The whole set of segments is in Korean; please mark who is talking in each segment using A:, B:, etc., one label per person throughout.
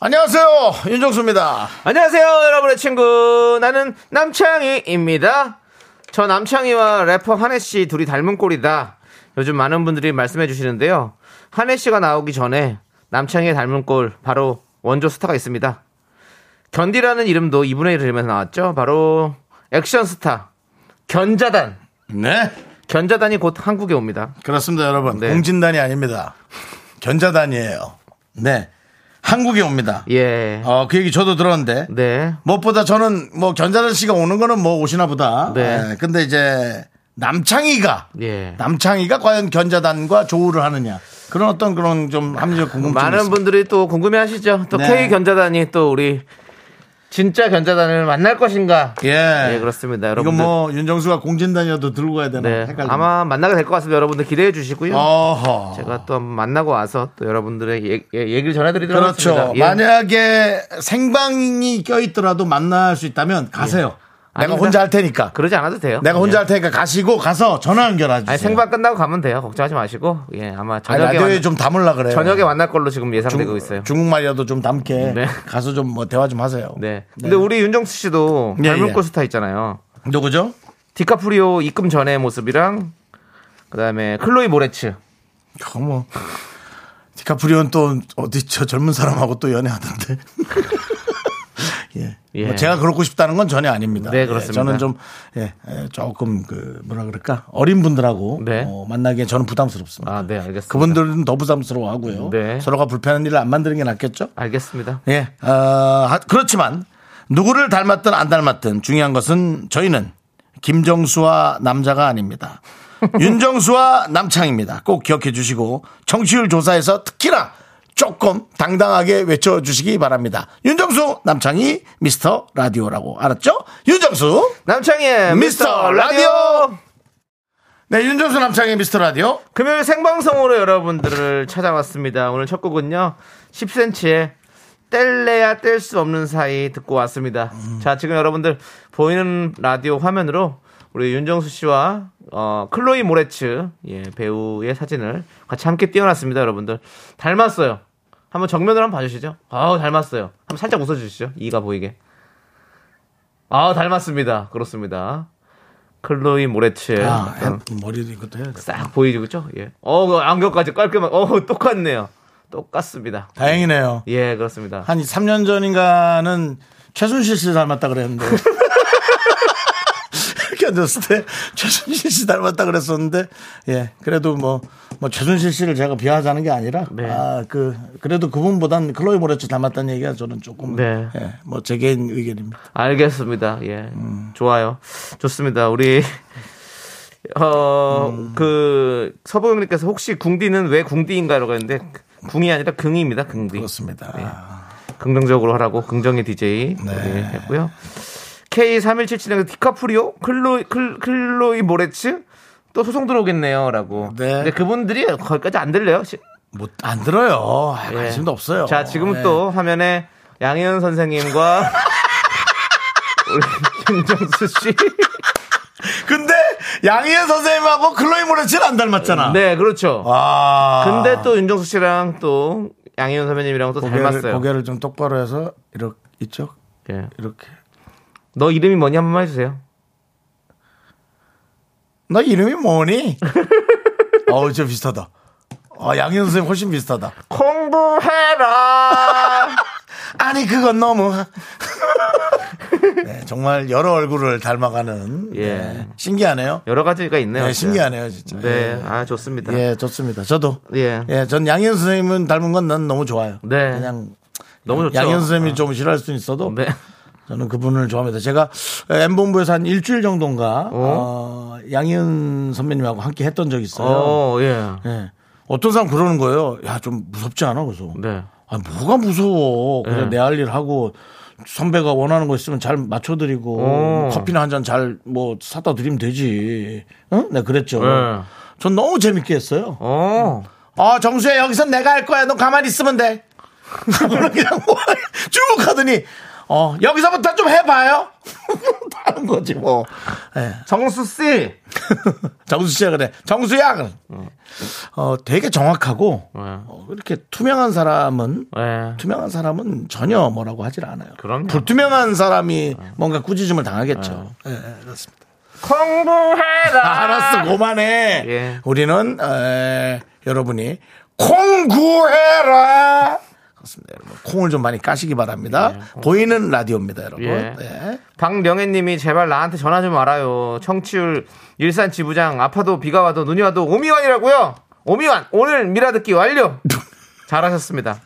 A: 안녕하세요 윤정수입니다
B: 안녕하세요, 여러분의 친구. 나는 남창희입니다. 저 남창희와 래퍼 한혜 씨 둘이 닮은 꼴이다. 요즘 많은 분들이 말씀해 주시는데요. 한혜 씨가 나오기 전에 남창희의 닮은 꼴, 바로 원조 스타가 있습니다. 견디라는 이름도 2분의 1을 들면서 나왔죠. 바로 액션 스타. 견자단.
A: 네
B: 견자단이 곧 한국에 옵니다.
A: 그렇습니다 여러분
B: 네.
A: 공진단이 아닙니다 견자단이에요 네 한국에 옵니다
B: 예.
A: 어 그 얘기 저도 들었는데
B: 네.
A: 무엇보다 저는 뭐 견자단 씨가 오는 거는 뭐 오시나 보다
B: 네.
A: 예, 근데 이제 남창희가
B: 예.
A: 남창희가 과연 견자단과 조우를 하느냐 그런 어떤 그런 좀 합리적 궁금증이
B: 많은
A: 있습니다.
B: 분들이 또 궁금해 하시죠. 또
A: 네.
B: K 견자단이 또 우리 진짜 견자단을 만날 것인가.
A: 예.
B: 예, 그렇습니다.
A: 이건
B: 여러분.
A: 뭐 윤정수가 공진단이라도 들고 가야 되나
B: 네.
A: 헷갈리네.
B: 아마 만나게 될 것 같습니다. 여러분들 기대해 주시고요.
A: 어허.
B: 제가 또 한번 만나고 와서 또 여러분들의 얘- 얘- 얘기를 전해드리도록
A: 그렇죠.
B: 하겠습니다. 예.
A: 만약에 생방이 껴있더라도 만날 수 있다면 가세요. 내가
B: 예. 아닙니다.
A: 혼자 할 테니까.
B: 그러지 않아도 돼요.
A: 내가 혼자
B: 예.
A: 할 테니까 가시고 가서 전화 연결해 주세요.
B: 아니, 생방 끝나고 가면 돼요. 걱정하지 마시고. 예, 아마
A: 아니,
B: 저녁에
A: 라디오에
B: 만나-
A: 좀 담을라 그래요.
B: 저녁에 만날 걸로 지금 예상되고 있어요.
A: 중국말이라도 좀 담게
B: 네.
A: 가서 좀 뭐 대화 좀 하세요.
B: 네. 근데 우리 윤정수 씨도
A: 예,
B: 닮은
A: 예.
B: 꼴 스타 있잖아요.
A: 누구죠?
B: 디카프리오 입금 전의 모습이랑 그다음에 클로이 모레츠.
A: 그거 뭐 디카프리오는 또 어디 저 젊은 사람하고 또 연애하던데. 예.
B: 예.
A: 뭐 제가 그렇고 싶다는 건 전혀 아닙니다.
B: 네,
A: 예,
B: 그렇습니다.
A: 저는 좀 예, 예, 조금 그 뭐라 그럴까 어린 분들하고
B: 네.
A: 어, 만나기에 저는 부담스럽습니다.
B: 아, 네, 알겠습니다.
A: 그분들은 더 부담스러워하고요.
B: 네.
A: 서로가 불편한 일을 안 만드는 게 낫겠죠?
B: 알겠습니다.
A: 예. 어, 하- 그렇지만 누구를 닮았든 안 닮았든 중요한 것은 저희는 김정수와 남자가 아닙니다. 윤정수와 남창입니다. 꼭 기억해 주시고 청취율 조사에서 특히나 조금 당당하게 외쳐 주시기 바랍니다. 윤정수 남창이 미스터 라디오라고 알았죠? 윤정수
B: 남창희의
A: 네, 미스터 라디오. 네, 윤정수 남창의 미스터 라디오.
B: 금요일 생방송으로 여러분들을 찾아왔습니다. 오늘 첫 곡은요. 10cm의 뗄래야 뗄 수 없는 사이 듣고 왔습니다. 자, 지금 여러분들 보이는 라디오 화면으로 우리 윤정수 씨와 어, 클로이 모레츠 예, 배우의 사진을 같이 함께 띄워놨습니다, 여러분들. 닮았어요. 한번 정면으로 한번 봐주시죠. 아우, 닮았어요. 한번 살짝 웃어주시죠. 이가 보이게. 아우, 닮았습니다. 그렇습니다. 클로이 모레츠의
A: 아,
B: 어떤
A: 머리도 이것도 해야 돼.
B: 싹 보이죠, 그죠? 예. 어, 그 안경까지 깔끔한, 어, 똑같네요. 똑같습니다.
A: 다행이네요.
B: 예, 그렇습니다.
A: 한 3년 전인가는 최순실 씨 닮았다 그랬는데. 이렇게 앉았을 때 최순실 씨 닮았다 그랬었는데, 예, 그래도 뭐, 뭐 최순실 씨를 제가 비하하자는 게 아니라,
B: 네.
A: 아, 그, 그래도 그분보단 클로이 모레츠 닮았다는 얘기가 저는 조금,
B: 네.
A: 예, 뭐 제 개인 의견입니다.
B: 알겠습니다. 예. 좋아요. 좋습니다. 우리, 어, 그, 서보영님께서 혹시 궁디는 왜 궁디인가라고 했는데, 궁이 아니라 긍입니다, 긍디.
A: 그렇습니다.
B: 네. 긍정적으로 하라고 긍정의 DJ 네. 했고요. K3177님 디카프리오, 클로이, 클, 클로이 모레츠 또 소송 들어오겠네요라고.
A: 네.
B: 근데 그분들이 거기까지 안 들려요. 시-
A: 뭐, 안 들어요. 아,
B: 예.
A: 관심도 없어요.
B: 자, 지금
A: 예.
B: 은또 화면에 양희은 선생님과 우리 김정수 씨.
A: 근데 양희은 선생님하고 클로이 모레츠는 안 닮았잖아. 아.
B: 네, 그렇죠.
A: 와.
B: 근데 또 윤정수 씨랑 또 양희은 선배님이랑 또
A: 고개를,
B: 닮았어요.
A: 고개를 좀 똑바로 해서, 이렇게, 이쪽,
B: 예.
A: 이렇게.
B: 너 이름이 뭐니 한 번만 해주세요.
A: 너 이름이 뭐니? 어우, 진짜 비슷하다. 아, 양현 선생님 훨씬 비슷하다.
B: 공부해라.
A: 아니, 그건 너무. 네, 정말 여러 얼굴을 닮아가는.
B: 예.
A: 네, 신기하네요.
B: 여러 가지가 있네요.
A: 네,
B: 진짜.
A: 신기하네요, 진짜.
B: 네, 아 좋습니다.
A: 예, 좋습니다. 저도.
B: 예.
A: 예, 전 양현 선생님은 닮은 건 난 너무 좋아요.
B: 네.
A: 그냥.
B: 너무 좋죠. 아.
A: 양현 선생님이 좀 싫어할 수는 있어도.
B: 네.
A: 저는 그분을 좋아합니다. 제가 M본부에서 한 일주일 정도인가, 어, 양현 선배님하고 함께 했던 적이 있어요.
B: 어, 예.
A: 예. 어떤 사람 그러는 거예요. 야, 좀 무섭지 않아? 그래서.
B: 네.
A: 아, 뭐가 무서워. 그래,
B: 네.
A: 내 할 일 하고, 선배가 원하는 거 있으면 잘 맞춰드리고,
B: 오.
A: 커피나 한 잔 잘 뭐 사다 드리면 되지. 응? 네, 그랬죠.
B: 네.
A: 전 너무 재밌게 했어요.
B: 어.
A: 어, 정수야, 여기선 내가 할 거야. 너 가만히 있으면 돼. 그거는 그냥 뭐, 쭉 하더니, 어, 여기서부터 좀 해봐요. 하는 거지, 뭐. 예.
B: 정수 씨.
A: 정수 씨가 그래. 정수야! 그래. 어, 되게 정확하고,
B: 네.
A: 어, 이렇게 투명한 사람은
B: 네.
A: 투명한 사람은 전혀 뭐라고 하질 않아요.
B: 그럼요. 어.
A: 불투명한 사람이 뭔가 꾸짖음을 당하겠죠. 예, 예, 그렇습니다.
B: 공부해라.
A: 아, 알았어, 그만해.
B: 예.
A: 우리는 에, 여러분이 콩구해라. 그렇습니다. 여러분. 콩을 좀 많이 까시기 바랍니다. 보이는 라디오입니다, 여러분.
B: 예.
A: 네.
B: 박령애님이 제발 나한테 전화 좀 말아요. 청취율 일산 지부장 아파도 비가 와도 눈이 와도 오미완이라고요. 오미완 오늘 미라 듣기 완료. 잘하셨습니다.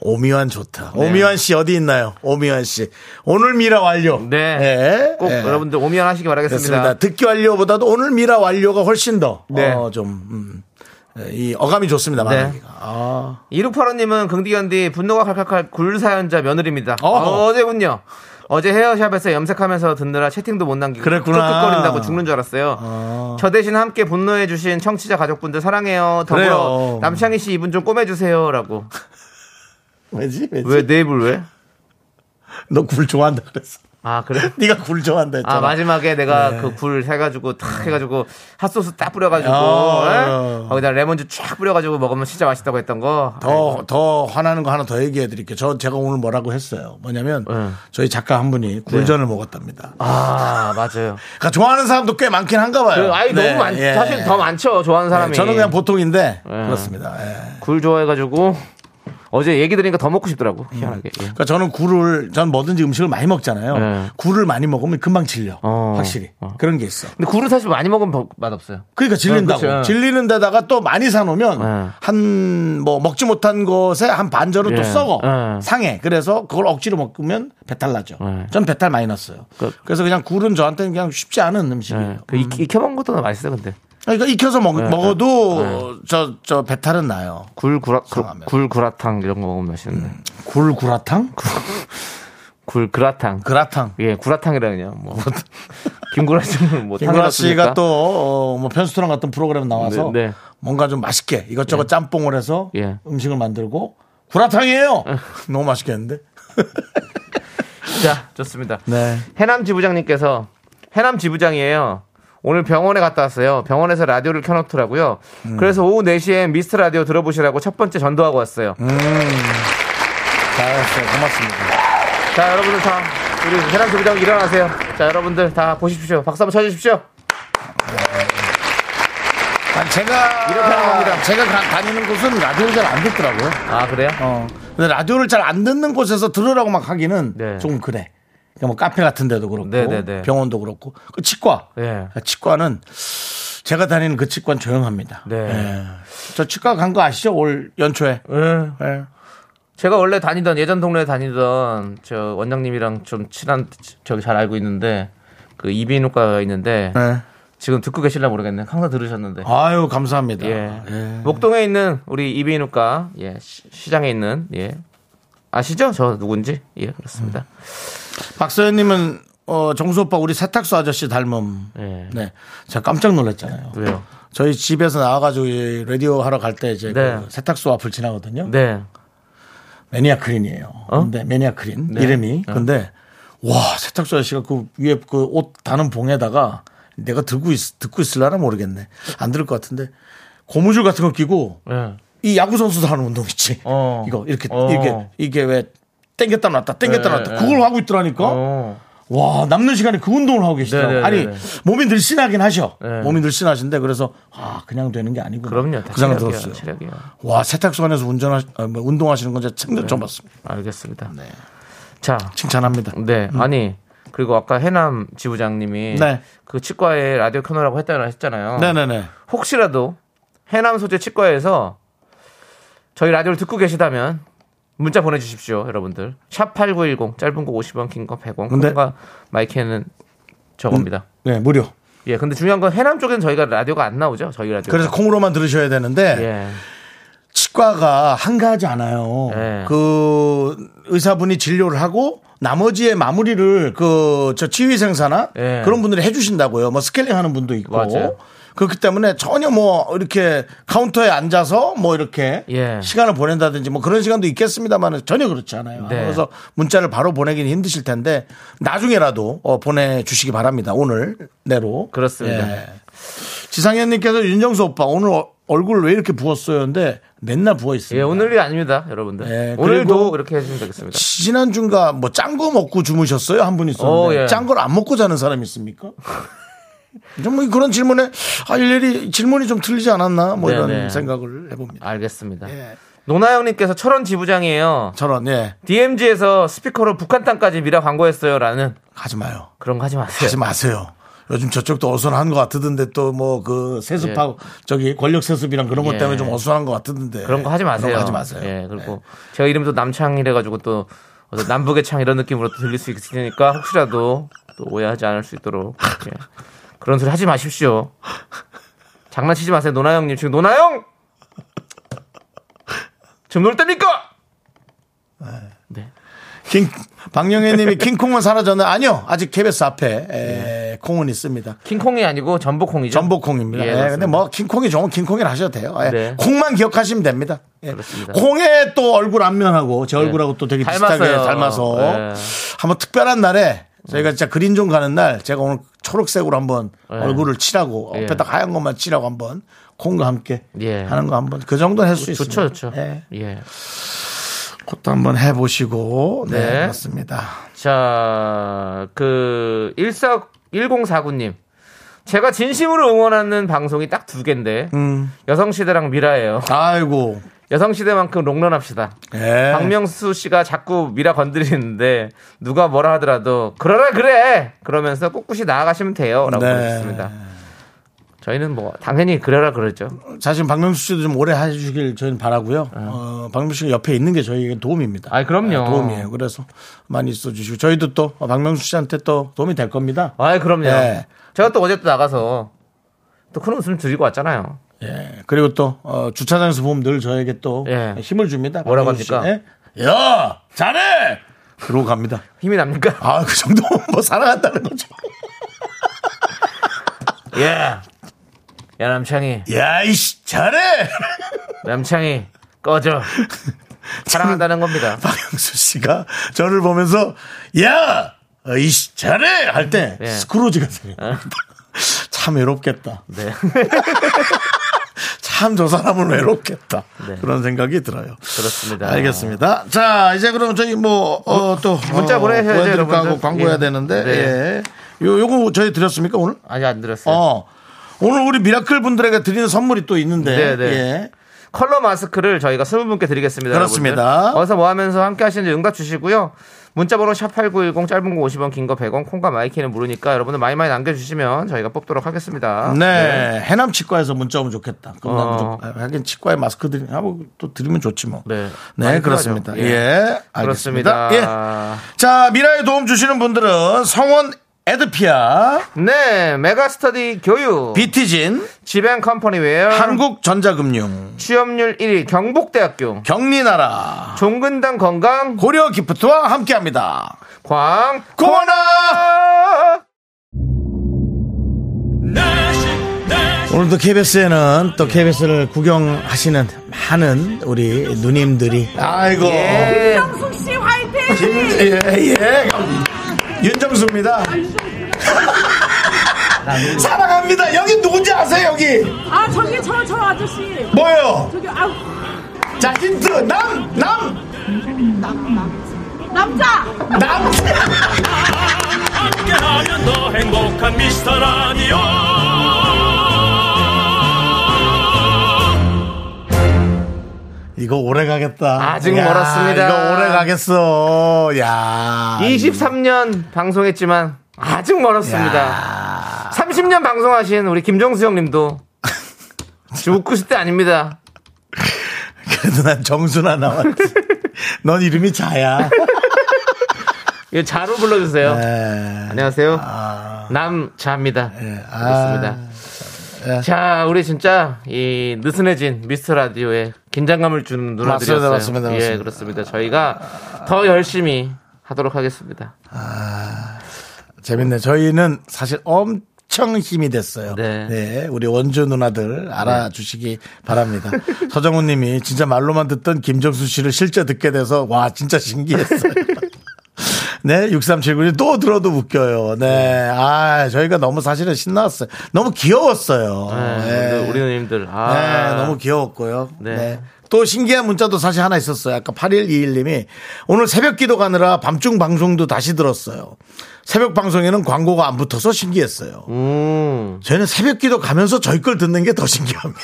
A: 오미완 좋다. 오미완 씨 어디 있나요? 오미완 씨 오늘 미라 완료.
B: 네.
A: 예.
B: 꼭
A: 예.
B: 여러분들 오미완 하시기
A: 그렇습니다.
B: 바라겠습니다.
A: 듣기 완료보다도 오늘 미라 완료가 훨씬 더,
B: 네.
A: 어, 좀, 음, 이 어감이 좋습니다, 말하기가. 아.
B: 이륙팔오님은 긍디견디 분노가 칼칼칼 굴사연자 며느리입니다.
A: 어허.
B: 어. 제군요 어제 헤어샵에서 염색하면서 듣느라 채팅도 못 남기고
A: 그랬구나.
B: 끄끄거린다고 죽는 줄 알았어요.
A: 아.
B: 저 대신 함께 분노해주신 청취자 가족분들 사랑해요. 더불어
A: 그래요.
B: 남창희 씨 이분 좀 꼬매주세요라고.
A: 왜지? 왜지?
B: 왜 내 입을 왜?
A: 너 굴 좋아한다 그랬어.
B: 아 그래?
A: 네가 굴 좋아한다 했잖아.
B: 아 마지막에 내가 그 굴 해가지고 탁 해가지고 핫소스 딱 뿌려가지고
A: 아.
B: 예? 거기다 레몬즙 쫙 뿌려가지고 먹으면 진짜 맛있다고 했던 거.
A: 더, 더 화나는 거 하나 더 얘기해 드릴게요. 저, 제가 오늘 뭐라고 했어요. 뭐냐면,
B: 네.
A: 저희 작가 한 분이 굴전을 먹었답니다.
B: 아 맞아요.
A: 그러니까 좋아하는 사람도 꽤 많긴 한가 봐요.
B: 그, 아이
A: 네,
B: 너무 많
A: 예.
B: 사실 더 많죠 좋아하는
A: 네,
B: 사람이.
A: 저는 그냥 보통인데, 그렇습니다. 예.
B: 굴 좋아해가지고 어제 얘기 들으니까 더 먹고 싶더라고 희한하게. 예.
A: 그러니까 저는 굴을, 전 뭐든지 음식을 많이 먹잖아요.
B: 네.
A: 굴을 많이 먹으면 금방 질려.
B: 어.
A: 확실히. 그런 게 있어.
B: 근데 굴은 사실 많이 먹으면 맛 없어요.
A: 그러니까 질린다고.
B: 어, 그렇죠.
A: 질리는 데다가 또 많이 사놓으면
B: 네.
A: 한 뭐 먹지 못한 것에 한 반절은 또
B: 예.
A: 썩어
B: 예.
A: 상해. 그래서 그걸 억지로 먹으면 배탈 나죠.
B: 예.
A: 전 배탈 많이 났어요.
B: 그-
A: 그래서 그냥 굴은 저한테는 그냥 쉽지 않은 음식이에요.
B: 예. 그 익- 익혀 먹는 것도 맛있어 요 근데
A: 그러니까 익혀서 먹, 어도
B: 예.
A: 저, 저 배탈은 나요.
B: 굴 구라 그
A: 상하면.
B: 굴 구라탕 이런 거 먹으면 맛있는데
A: 굴 구라탕?
B: 굴 그라탕.
A: 그라탕.
B: 예, 구라탕이라뇨. 뭐 김구라 씨는 뭐
A: 김구라
B: 탕이었습니까?
A: 씨가 또뭐 편수토랑 같은 프로그램 나와서
B: 네, 네.
A: 뭔가 좀 맛있게 이것저것 짬뽕을 해서
B: 예.
A: 음식을 만들고 구라탕이에요. 너무 맛있겠는데?
B: 자, 좋습니다.
A: 네.
B: 해남 지부장님께서 해남 지부장이에요. 오늘 병원에 갔다 왔어요. 병원에서 라디오를 켜놓더라고요. 그래서 오후 4시에 미스트 라디오 들어보시라고 첫 번째 전도하고 왔어요.
A: 잘했어요. 고맙습니다.
B: 자, 여러분들 다 우리 해남 지부장 일어나세요. 자, 여러분들 다 보십시오. 박수 한번 쳐주십시오.
A: 아니, 제가
B: 이렇게 하는 겁니다.
A: 제가 가- 다니는 곳은 라디오를 잘 안 듣더라고요.
B: 아, 그래요?
A: 어. 근데 라디오를 잘 안 듣는 곳에서 들으라고 막 하기는
B: 네.
A: 조금 그래. 그러니까 뭐 카페 같은 데도 그렇고
B: 네, 네, 네.
A: 병원도 그렇고 그 치과.
B: 네.
A: 치과는 제가 다니는 그 치과는 조용합니다.
B: 네.
A: 예. 저 치과 간 거 아시죠? 올 연초에.
B: 예.
A: 예.
B: 제가 원래 다니던 예전 동네에 다니던 저 원장님이랑 좀 친한 저기 잘 알고 있는데 그 이비인후과가 있는데
A: 예.
B: 지금 듣고 계실라 모르겠네. 항상 들으셨는데.
A: 아유 감사합니다.
B: 예.
A: 예.
B: 목동에 있는 우리 이비인후과 예 시- 시장에 있는 예 아시죠? 저 누군지 예 그렇습니다.
A: 박서연님은 어, 정수 오빠 우리 세탁소 아저씨 닮음.
B: 예.
A: 네. 제가 깜짝 놀랐잖아요.
B: 왜요?
A: 저희 집에서 나와가지고 이 라디오 하러 갈 때 이제
B: 네.
A: 그 세탁소 앞을 지나거든요.
B: 네. 어?
A: 매니아 크린이에요. 근데 매니아 크린
B: 네.
A: 이름이. 근데 와 세탁소 아저씨가 그 위에 그 옷 다는 봉에다가 내가 들고 있, 듣고 있을라나 모르겠네. 안 들을 것 같은데 고무줄 같은 거 끼고
B: 예.
A: 이 야구 선수도 하는 운동 있지.
B: 어.
A: 이거 이렇게
B: 어.
A: 이게 이게 왜 땡겼다 놨다 땡겼다
B: 네,
A: 놨다
B: 네.
A: 그걸 하고 있더라니까.
B: 어.
A: 와 남는 시간에 그 운동을 하고
B: 네,
A: 계시더라고
B: 네,
A: 요 아니
B: 네, 네.
A: 몸이 늘씬하긴 하셔
B: 네.
A: 몸이 늘씬하신데 그래서 아 그냥 되는 게 아니고
B: 그럼요. 다
A: 그 생각
B: 체력이야,
A: 들었어요
B: 체력이야.
A: 와 세탁소 안에서 운전하 아, 뭐, 운동하시는 건 제가
B: 네.
A: 처음 여쭤봤습니다
B: 알겠습니다.
A: 네.
B: 자,
A: 칭찬합니다
B: 네 아니 그리고 아까 해남 지부장님이
A: 음. 네.
B: 그 치과에 라디오 켜놓으라고 했다 했잖아요.
A: 네네네
B: 혹시라도 해남 소재 치과에서 저희 라디오를 듣고 계시다면 문자 보내주십시오, 여러분들. 샵 8910, 짧은 거 50원, 긴 거 100원.
A: 근데-
B: 콩과 마이크는 저겁니다.
A: 네 무료
B: 예, 근데 중요한 건 해남 쪽엔 저희가 라디오가 안 나오죠, 저희 라디오.
A: 그래서 콩으로만 들으셔야 되는데
B: 예.
A: 치 치과가 한가하지 않아요.
B: 네.
A: 그 의사분이 진료를 하고 나머지의 마무리를 그 저 치유생사나
B: 네.
A: 그런 분들이 해주신다고요. 뭐 스케일링 하는 분도 있고.
B: 맞아요.
A: 그렇기 때문에 전혀 뭐 이렇게 카운터에 앉아서 뭐 이렇게
B: 예.
A: 시간을 보낸다든지 뭐 그런 시간도 있겠습니다만 전혀 그렇지 않아요.
B: 네.
A: 그래서 문자를 바로 보내기는 힘드실 텐데 나중에라도 어, 보내주시기 바랍니다. 오늘 내로.
B: 그렇습니다.
A: 예. 지상현님께서 윤정수 오빠 오늘 어- 얼굴 왜 이렇게 부었어요? 근데 맨날 부어 있습니다.
B: 예, 오늘이 아닙니다, 여러분들.
A: 예, 그리고-
B: 오늘도 그렇게 해주시면 되겠습니다.
A: 지난 주인가 뭐 짠 거 먹고 주무셨어요 한 분 있었는데
B: 어, 예.
A: 짠 걸 안 먹고 자는 사람 있습니까? 좀뭐 그런 질문에 아 일일이 질문이 좀 틀리지 않았나 뭐 이런
B: 네네.
A: 생각을 해봅니다.
B: 알겠습니다.
A: 예.
B: 노나영님께서 철원 지부장이에요.
A: 저런 예
B: DMZ에서 스피커로 북한 땅까지 미라 광고했어요라는
A: 하지 마요.
B: 그런 거 하지 마세요.
A: 하지 마세요. 요즘 저쪽도 어수선한 것 같던데 또 뭐 그 세습하고 저기 권력 세습이랑 그런 것
B: 예.
A: 때문에 좀 어수선한 것 같던데
B: 그런 거 하지 마세요.
A: 그런 거 하지 마세요.
B: 예, 그리고 제가 이름도 남창이래가지고 또 어떤 남북의 창 이런 느낌으로 또 들릴 수 있으니까 혹시라도 또 오해하지 않을 수 있도록 예. 그런 소리 하지 마십시오. 장난치지 마세요, 노나영님. 지금 노나영 지금 놀 때니까. 네.
A: 킹 박영애님이 킹콩은 사라졌나? 아니요, 아직 KBS 앞에 에, 콩은 있습니다.
B: 킹콩이 아니고 전복콩이죠.
A: 전복콩입니다.
B: 네. 예,
A: 예,
B: 맞습니다.
A: 근데 뭐 킹콩이 좋은 킹콩이라 하셔도 돼요. 예,
B: 네.
A: 콩만 기억하시면 됩니다. 예.
B: 그렇습니다.
A: 콩의 또 얼굴 앞면하고 제 얼굴하고 또 되게 비슷하게
B: 닮았어요.
A: 닮아서
B: 예.
A: 한번 특별한 날에 저희가 진짜 그린존 가는 날 제가 오늘 초록색으로 한번
B: 예.
A: 얼굴을 칠하고
B: 예.
A: 옆에다 하얀 것만 칠하고 한번 콩과 함께
B: 예.
A: 하는 거 한번 그 정도는 할 수 있습니다.
B: 좋죠, 좋죠.
A: 예.
B: 예.
A: 그것도 한번 해보시고 네,
B: 네.
A: 맞습니다.
B: 자, 그 14, 1049님. 제가 진심으로 응원하는 방송이 딱 두 개인데 여성시대랑 미라예요.
A: 아이고.
B: 여성시대만큼 롱런합시다.
A: 예.
B: 박명수 씨가 자꾸 미라 건드리는데 누가 뭐라 하더라도 그러라 그래 그러면서 꿋꿋이 나아가시면 돼요라고
A: 네.
B: 하셨습니다. 저희는 뭐 당연히 그래라 그러죠.
A: 사실 박명수 씨도 좀 오래 해주길 저희는 바라고요. 어, 박명수 씨가 옆에 있는 게 저희에게 도움입니다.
B: 예. 아이, 그럼요.
A: 네, 도움이에요. 그래서 많이 있어주시고 저희도 또 박명수 씨한테 또 도움이 될 겁니다.
B: 아이 그럼요.
A: 예.
B: 제가 또 어제 또 나가서 또 큰 웃음 드리고 왔잖아요.
A: 예. 그리고 또 어, 주차장에서 보면 늘 저에게 또
B: 예.
A: 힘을 줍니다.
B: 뭐라고
A: 박명수
B: 합니까?
A: 씨. 예? 야 잘해. 그러고 갑니다.
B: 힘이 납니까?
A: 아 그 정도 뭐 사랑한다는 거죠.
B: 예. 야 남창희
A: 야 이씨 잘해.
B: 남창희 꺼져 사랑한다는 겁니다.
A: 박영수 씨가 저를 보면서 야 어, 이씨 잘해 할 때
B: 예.
A: 스크루지가 생각납니다. 참 외롭겠다.
B: 네.
A: 참 저 사람은 외롭겠다.
B: 네.
A: 그런 생각이 들어요.
B: 그렇습니다.
A: 알겠습니다. 자 이제 그럼 저희 뭐 또
B: 문자 보내셔야죠,
A: 보여드릴까 하고
B: 여러분들.
A: 광고해야
B: 예.
A: 되는데
B: 네.
A: 예. 요 요거 저희 드렸습니까 오늘?
B: 아직 안 들었어요.
A: 어 오늘 우리 미라클 분들에게 드리는 선물이 또 있는데
B: 네, 네.
A: 예.
B: 컬러 마스크를 저희가 20분께 드리겠습니다.
A: 그렇습니다.
B: 여러분들. 어서 뭐 하면서 함께 하시는지 응답 주시고요. 문자번호 샵8910 짧은 거 50원 긴 거 100원 콩과 마이키는 무료니까 여러분들 많이 많이 남겨주시면 저희가 뽑도록 하겠습니다.
A: 네. 해남 치과에서 문자 오면 좋겠다. 그럼 난
B: 어.
A: 무조건- 아, 하긴 치과에 마스크 드리, 하고 또 드리면 좋지 뭐.
B: 네.
A: 네,
B: 많이
A: 그렇습니다.
B: 필요하죠.
A: 예.
B: 예.
A: 알겠습니다.
B: 그렇습니다.
A: 예. 자, 미라에 도움 주시는 분들은 성원 에드피아,
B: 네, 메가스터디 교육,
A: 예. 비티진,
B: 지벤컴퍼니웨어,
A: 한국전자금융,
B: 취업률 1위 경북대학교,
A: 경리나라,
B: 종근당 건강,
A: 고려 기프트와 함께 합니다.
B: 광,
A: 코너! 어.
C: 네
A: 오늘도 KBS에는 또 KBS를 구경하시는 많은 우리 누님들이. 아이고.
B: 예.
A: 예, 예. 윤정수입니다. 사랑합니다. 여기 누군지 아세요, 여기?
D: 아 저기 저 저 아저씨
A: 뭐예요?
D: 저기 아
A: 자, 힌트. 남, 남,
D: 남자
A: 남.
C: 함께하면 더 행복한 미스터 라디오
A: 이거 오래 가겠다.
B: 아직 멀었습니다.
A: 이거 오래 가겠어. 야.
B: 23년 방송했지만 아직 멀었습니다. 30년 방송하신 우리 김종수 형님도 지금 웃고 싶을 때 아닙니다.
A: 그래도 난 정수나 나왔지. 넌 이름이 자야.
B: 예, 자로 불러주세요.
A: 예.
B: 안녕하세요. 남자입니다.
A: 예. 아.
B: 그렇습니다.
A: 예.
B: 자, 우리 진짜 이 느슨해진 미스터 라디오에 긴장감을 주는
A: 맞습니다,
B: 누나들이었어요.
A: 맞습니다, 맞습니다.
B: 예, 그렇습니다. 저희가 더 열심히 하도록 하겠습니다.
A: 재밌네. 저희는 사실 엄청 힘이 됐어요. 네.
B: 네.
A: 우리 원주 누나들 알아주시기 바랍니다. 서정훈 님이 진짜 말로만 듣던 김정수 씨를 실제 듣게 돼서 와, 진짜 신기했어요. 네, 6379님 또 들어도 웃겨요. 네. 아, 저희가 너무 사실은 신났어요. 너무 귀여웠어요.
B: 네, 우리 누님들. 아,
A: 아, 예. 네, 너무 귀여웠고요. 네.
B: 네.
A: 또 신기한 문자도 사실 하나 있었어요. 아까 8121님이 오늘 새벽 기도 가느라 밤중 방송도 다시 들었어요. 새벽 방송에는 광고가 안 붙어서 신기했어요.
B: 음,
A: 저희는 새벽 기도 가면서 저희 걸 듣는 게 더 신기합니다.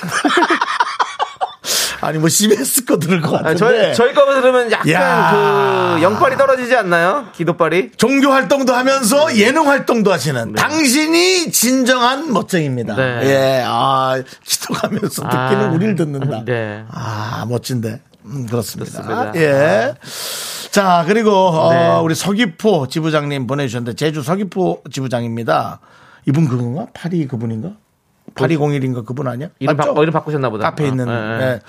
A: 아니, 뭐 CBS 거 들을 것 같은데.
B: 아, 저희, 저희 거만 들으면 약간
A: 야.
B: 그 영빨이 떨어지지 않나요? 기도빨이?
A: 종교 활동도 하면서
B: 네.
A: 예능 활동도 하시는 당신이 진정한 멋쟁입니다.
B: 네.
A: 예, 아, 기도하면서
B: 아,
A: 듣기는 우리를 듣는다.
B: 네.
A: 아, 멋진데. 음, 그렇습니다.
B: 그렇습니다. 아.
A: 예. 자, 그리고, 어,
B: 네.
A: 우리 서귀포 지부장님 보내주셨는데, 제주 서귀포 지부장입니다. 이분 그건가? 파리 그분인가? 8201인가 그분 아니야?
B: 이름, 바,
A: 맞죠?
B: 어, 이름 바꾸셨나 보다.
A: 앞에 있는.
B: 아, 예, 예.
A: 예.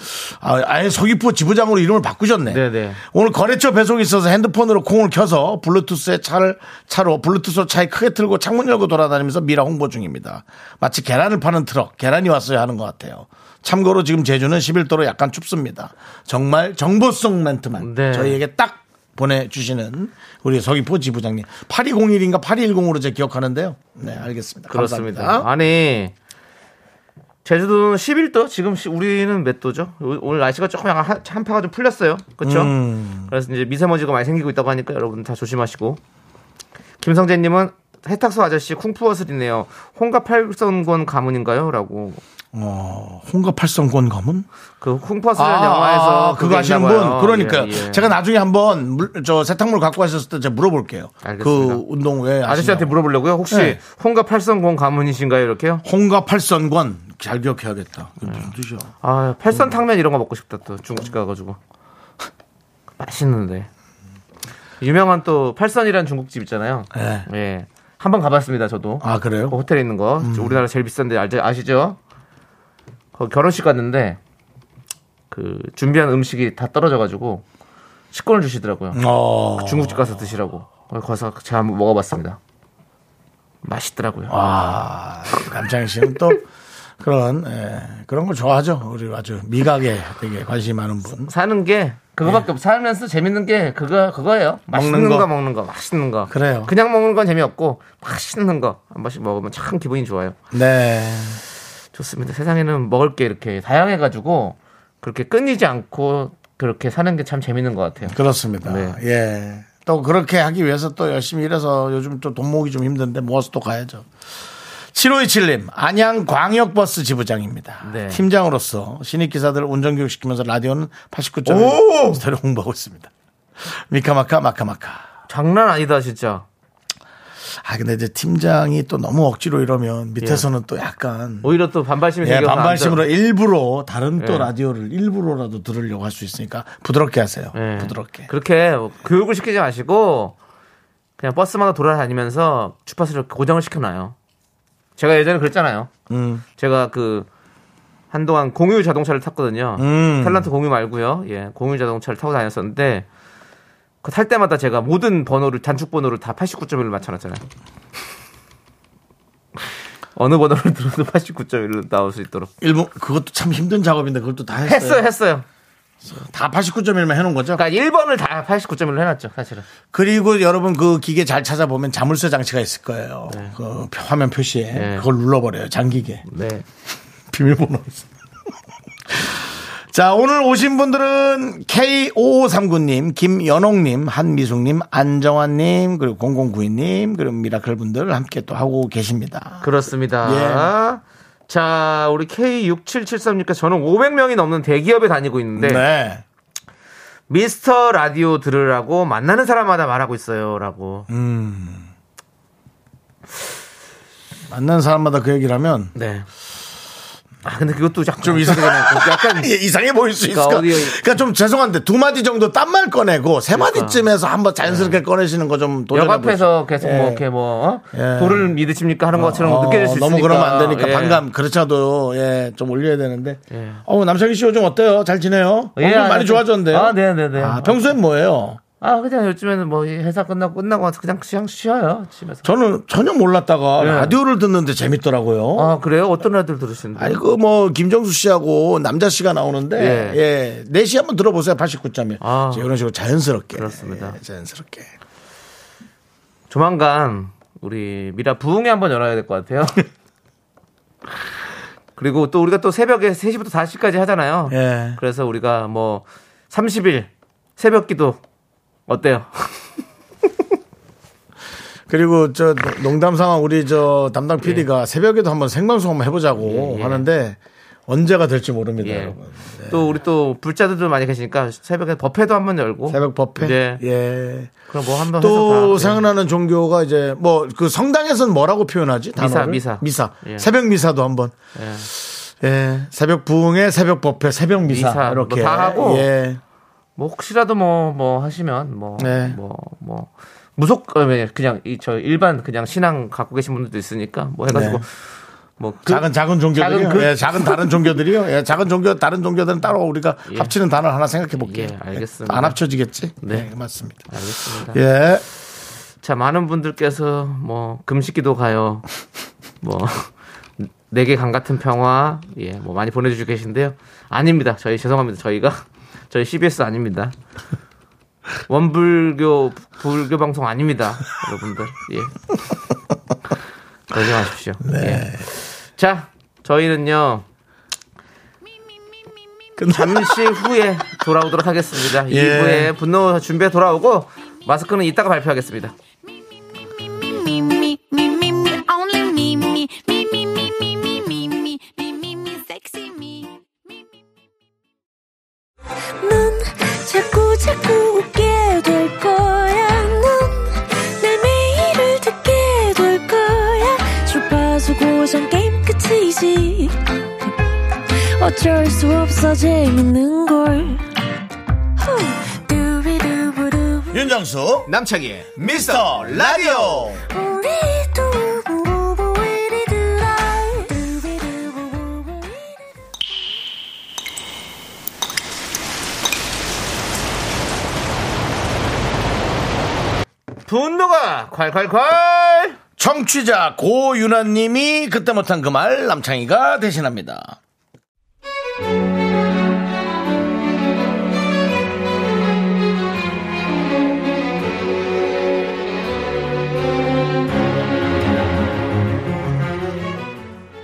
A: 아, 아예 서귀포 지부장으로 이름을 바꾸셨네.
B: 네네.
A: 오늘 거래처 배송이 있어서 핸드폰으로 콩을 켜서 블루투스에 차를, 차로, 블루투스로 차에 크게 틀고 창문 열고 돌아다니면서 미라 홍보 중입니다. 마치 계란을 파는 트럭, 계란이 왔어야 하는 것 같아요. 참고로 지금 제주는 11도로 약간 춥습니다. 정말 정보성 멘트만
B: 네.
A: 저희에게 딱 보내주시는 우리 서귀포 지부장님. 8201인가 8110으로 제가 기억하는데요. 네, 알겠습니다.
B: 그렇습니다.
A: 감사합니다.
B: 아니 제주도는 11도 지금 시- 우리는 몇 도죠? 오- 오늘 날씨가 조금 약간 하- 한파가 좀 풀렸어요. 그렇죠?
A: 음.
B: 그래서 이제 미세먼지가 많이 생기고 있다고 하니까 여러분 다 조심하시고. 김성재 님은 해탁소 아저씨 쿵푸어슬이네요. 홍가 팔선권 가문인가요?라고
A: 어, 홍가 팔성권 검은?
B: 그 쿵푸어슬이라는 영화에서
A: 아, 그거 하시는 분.
B: 있나 봐요.
A: 그러니까요.
B: 예, 예.
A: 제가 나중에 한번 물, 저 세탁물 갖고 가셨을 때 제가 물어볼게요.
B: 알겠습니다.
A: 그 운동 왜
B: 아저씨한테
A: 하시냐고.
B: 물어보려고요. 혹시
A: 네.
B: 홍가 팔선권 가문이신가요? 이렇게요?
A: 홍가 팔선권 잘 기억해야겠다. 그게 무슨 뜻이야?
B: 아, 팔선 탕면 이런 거 먹고 싶다 또 중국집 가가지고 맛있는데 유명한 또 팔선이라는 중국집 있잖아요.
A: 예.
B: 예, 한번 가봤습니다 저도.
A: 아 그래요?
B: 그 호텔에 있는 거 우리나라 제일 비싼데 알, 아시죠? 거기 결혼식 갔는데 그 준비한 음식이 다 떨어져가지고 식권을 주시더라고요.
A: 어.
B: 중국집 가서 드시라고. 거기 가서 제가 한번 먹어봤습니다. 맛있더라고요.
A: 아 남창희 씨는 또 그런 예, 그런 걸 좋아하죠. 우리 아주 미각에 되게 관심이 많은 분.
B: 사는 게 그거밖에 없. 살면서 재밌는 게 그거 그거예요. 맛있는
A: 먹는 거.
B: 거. 예. 먹는 거 맛있는 거.
A: 그래요.
B: 그냥 먹는 건 재미없고 맛있는 거 한 번씩 먹으면 참 기분이 좋아요.
A: 네.
B: 좋습니다. 세상에는 먹을 게 이렇게 다양해가지고 그렇게 끊이지 않고 그렇게 사는 게 참 재밌는 것 같아요.
A: 그렇습니다.
B: 네.
A: 예. 또 그렇게 하기 위해서 또 열심히 일해서 요즘 또 돈 모으기 좀 힘든데 모아서 또 가야죠. 7527님, 안양 광역버스 지부장입니다.
B: 네.
A: 팀장으로서 신입기사들 운전교육시키면서 라디오는 89.1 스타를 홍보하고 있습니다. 미카마카, 마카마카.
B: 장난 아니다 진짜.
A: 아, 근데 이제 팀장이 또 너무 억지로 이러면 밑에서는 또 약간
B: 오히려 또 예. 어, 반발심이
A: 예,
B: 생겨서 안
A: 반발심으로 일부러 다른 또
B: 예.
A: 라디오를 일부러라도 들으려고 할 수 있으니까 부드럽게 하세요.
B: 예.
A: 부드럽게.
B: 그렇게 교육을 시키지 마시고 그냥 버스마다 돌아다니면서 주파수를 고정을 시켜놔요. 제가 예전에 그랬잖아요.
A: 음.
B: 제가 그 한동안 공유 자동차를 탔거든요.
A: 음.
B: 탤런트 공유 말고요. 예, 공유 자동차를 타고 다녔었는데 그 탈 때마다 제가 모든 번호를 단축 번호를 다 89.1로 맞춰놨잖아요. 어느 번호를 들어도 89.1로 나올 수 있도록
A: 일부 그것도 참 힘든 작업인데 그것도 다 했어요.
B: 했어요, 했어요.
A: 다 89.1만 해놓은 거죠.
B: 그러니까 1번을 다 89.1로 해놨죠, 사실은.
A: 그리고 여러분 그 기계 잘 찾아보면 자물쇠 장치가 있을 거예요. 그 화면 표시에
B: 네.
A: 그걸 눌러버려요. 장기계
B: 네.
A: 비밀번호. 자 오늘 오신 분들은 K5539님, 김연옥님, 한미숙님, 안정환님 그리고 0092님 그리고 미라클 분들 함께 또 하고
B: 그,
A: 계십니다. 예.
B: 그렇습니다. 자, 우리 K6773니까 저는 500명이 넘는 대기업에 다니고 있는데
A: 네.
B: 미스터 라디오 들으라고 만나는 사람마다 말하고 있어요라고.
A: 음. 만난 사람마다 그 얘기를 하면
B: 네. 아 근데 그것도 약간
A: 좀 이상해.
B: 약간
A: 예, 이상해 보일 수 있을까?
B: 그러니까 어디에-
A: 그러니까 좀 죄송한데 두 마디 정도 딴 말 꺼내고 세
B: 그러니까.
A: 마디쯤에서 한번 자연스럽게
B: 네.
A: 꺼내시는 거 좀 도전해
B: 역
A: 보세요.
B: 앞에서 계속
A: 예.
B: 뭐 이렇게 뭐 어?
A: 예.
B: 돌을 믿으십니까 하는 것처럼
A: 어,
B: 느껴질 수 있으니까
A: 너무 그러면 안 되니까
B: 예.
A: 반감 그렇잖아도 예, 좀 올려야 되는데.
B: 예.
A: 어, 남창희 씨 요즘 어때요? 잘 지내요?
B: 예,
A: 얼굴
B: 아,
A: 많이
B: 네.
A: 좋아졌는데요.
B: 아, 네, 네, 네.
A: 아, 평소엔 뭐예요?
B: 아 그냥 요즘에는 뭐 이 회사 끝나고 끝나고 와서 그냥 그냥 쉬어요 집에서
A: 저는 전혀 몰랐다가
B: 예.
A: 라디오를 듣는데 재밌더라고요.
B: 아 그래요 어떤 라디오 들으시는데
A: 아니 그 뭐 김정수 씨하고 남자 씨가 나오는데
B: 예.
A: 예. 넷시 한번 들어보세요. 89.1.
B: 아.
A: 이제 이런 식으로 자연스럽게.
B: 그렇습니다.
A: 예, 자연스럽게.
B: 조만간 우리 미라 부흥회 한번 열어야 될 것 같아요 그리고 또 우리가 또 새벽에 3시부터 4시까지 하잖아요
A: 예.
B: 그래서 우리가 뭐 30일 새벽 기도 어때요
A: 그리고 저 농담 상황 우리 저 담당 PD가 새벽에도 한번 생방송 한번 해보자고
B: 예, 예. 하는데
A: 하는데 언제가 될지 모릅니다.
B: 예.
A: 여러분.
B: 또 우리 또 불자들도 많이 계시니까 새벽에 법회도 한번 열고
A: 새벽 법회.
B: 네.
A: 예.
B: 그럼 뭐 한번
A: 또
B: 해서 다-
A: 생각나는 종교가 이제 뭐 그 성당에서는 뭐라고 표현하지? 단어를?
B: 미사. 예.
A: 새벽 미사도 한번.
B: 예.
A: 예. 새벽 부흥회, 새벽 법회, 새벽 미사,
B: 미사 뭐
A: 이렇게
B: 다 하고.
A: 예.
B: 뭐 혹시라도 뭐 뭐 하시면 뭐 뭐 뭐
A: 네.
B: 무속 어, 왜 그냥 이 저 일반 그냥 신앙 갖고 계신 분들도 있으니까 뭐 해가지고
A: 네.
B: 뭐 그-
A: 작은 작은 종교들이요.
B: 작은
A: 작은,
B: 그-
A: 예, 작은 다른 종교들이요. 예, 작은 종교 다른 종교들은 따로 우리가
B: 예.
A: 합치는 단어 를 하나 생각해 볼게요.
B: 예, 알겠습니다.
A: 안 합쳐지겠지?
B: 네. 아.
A: 예, 맞습니다.
B: 알겠습니다.
A: 예.
B: 자 많은 분들께서 뭐 금식기도 가요. 뭐 내게 강 같은 평화 예 뭐 많이 보내주고 계신데요. 아닙니다. 저희 죄송합니다. 저희가 저희 CBS 아닙니다. 원불교 불교 방송 아닙니다. 여러분들 예 그러지 마십시오. 예. 자 저희는요. 잠시 후에 돌아오도록 하겠습니다.
A: 예.
B: 2부에 분노 준비해 돌아오고 마스크는 이따가 발표하겠습니다.
E: me, me, me, me, me, only me, me, me, me, me, me, me, me, me, me, me, me, sexy me.
F: 넌 자꾸 자꾸 웃게 될 거야. 넌내 매일을 듣게 될 거야. 주파수 고정 게임 끝이지. 어쩔 수 없어 재밌는 걸. 후. 두비두부두.
A: 윤정수 남창희 미스터 라디오.
F: 우리 두부부부 우리 두라. 두비두부부부 우리 두라.
B: 분노가 콸콸콸
A: 청취자 고윤아님이 그때 못한 그 말 남창희가 대신합니다.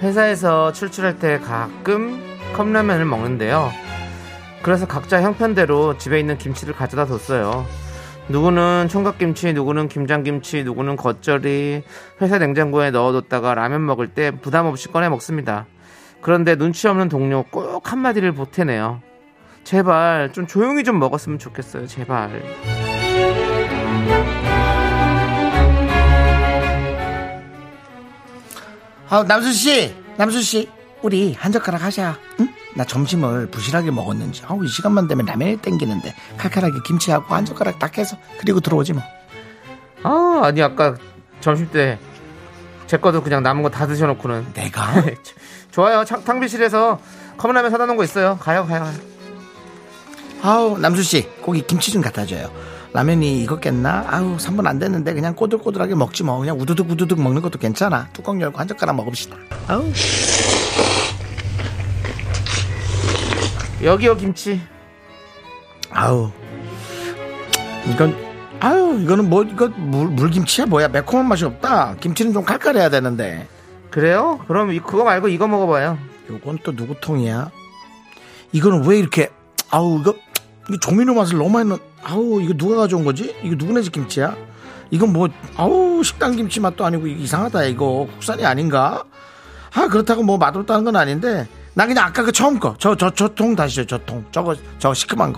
B: 회사에서 출출할 때 가끔 컵라면을 먹는데요 그래서 각자 형편대로 집에 있는 김치를 가져다 뒀어요 누구는 총각김치 누구는 김장김치 누구는 겉절이 회사 냉장고에 넣어뒀다가 라면 먹을 때 부담 없이 꺼내 먹습니다 그런데 눈치 없는 동료 꼭 한마디를 보태네요 제발 좀 조용히 좀 먹었으면 좋겠어요 제발
A: 아, 남수 씨, 남수 씨, 우리 한 젓가락 하자. 응? 나 점심을 부실하게 먹었는지. 아우 이 시간만 되면 라면이 땡기는데 칼칼하게 김치하고 한 젓가락 딱 해서 그리고 들어오지 뭐.
B: 아 아니 아까 점심 때 제 거도 그냥 남은 거 다 드셔놓고는
A: 내가
B: 좋아요 창- 탕비실에서 컵라면 사다 놓은 거 있어요 가요 가요 가요.
A: 아우 남수 씨 거기 김치 좀 갖다 줘요. 라면이 익었겠나? 아우 3분 안 됐는데 그냥 꼬들꼬들하게 먹지 뭐 그냥 우두둑 우두둑 먹는 것도 괜찮아. 뚜껑 열고 한 젓가락 먹읍시다. 아우
B: 여기요 김치
A: 아우 이건 아우 이거는 뭐 이거 물 물김치야 뭐야 매콤한 맛이 없다. 김치는 좀 칼칼해야 되는데.
B: 그래요? 그럼 이- 그거 말고 이거 먹어봐요
A: 요건 또 누구 통이야? 이거는 왜 이렇게 아우 이거 이거 조미료 맛을 너무 많이 넣 아우 이거 누가 가져온 거지? 이거 누구네 집 김치야? 이건 뭐 아우 식당 김치 맛도 아니고 이거 이상하다 이거 국산이 아닌가? 아 그렇다고 뭐 맛없다는 건 아닌데 난 그냥 아까 그 처음 거 저 저 저 통 다시요 저 통 저거 저 시큼한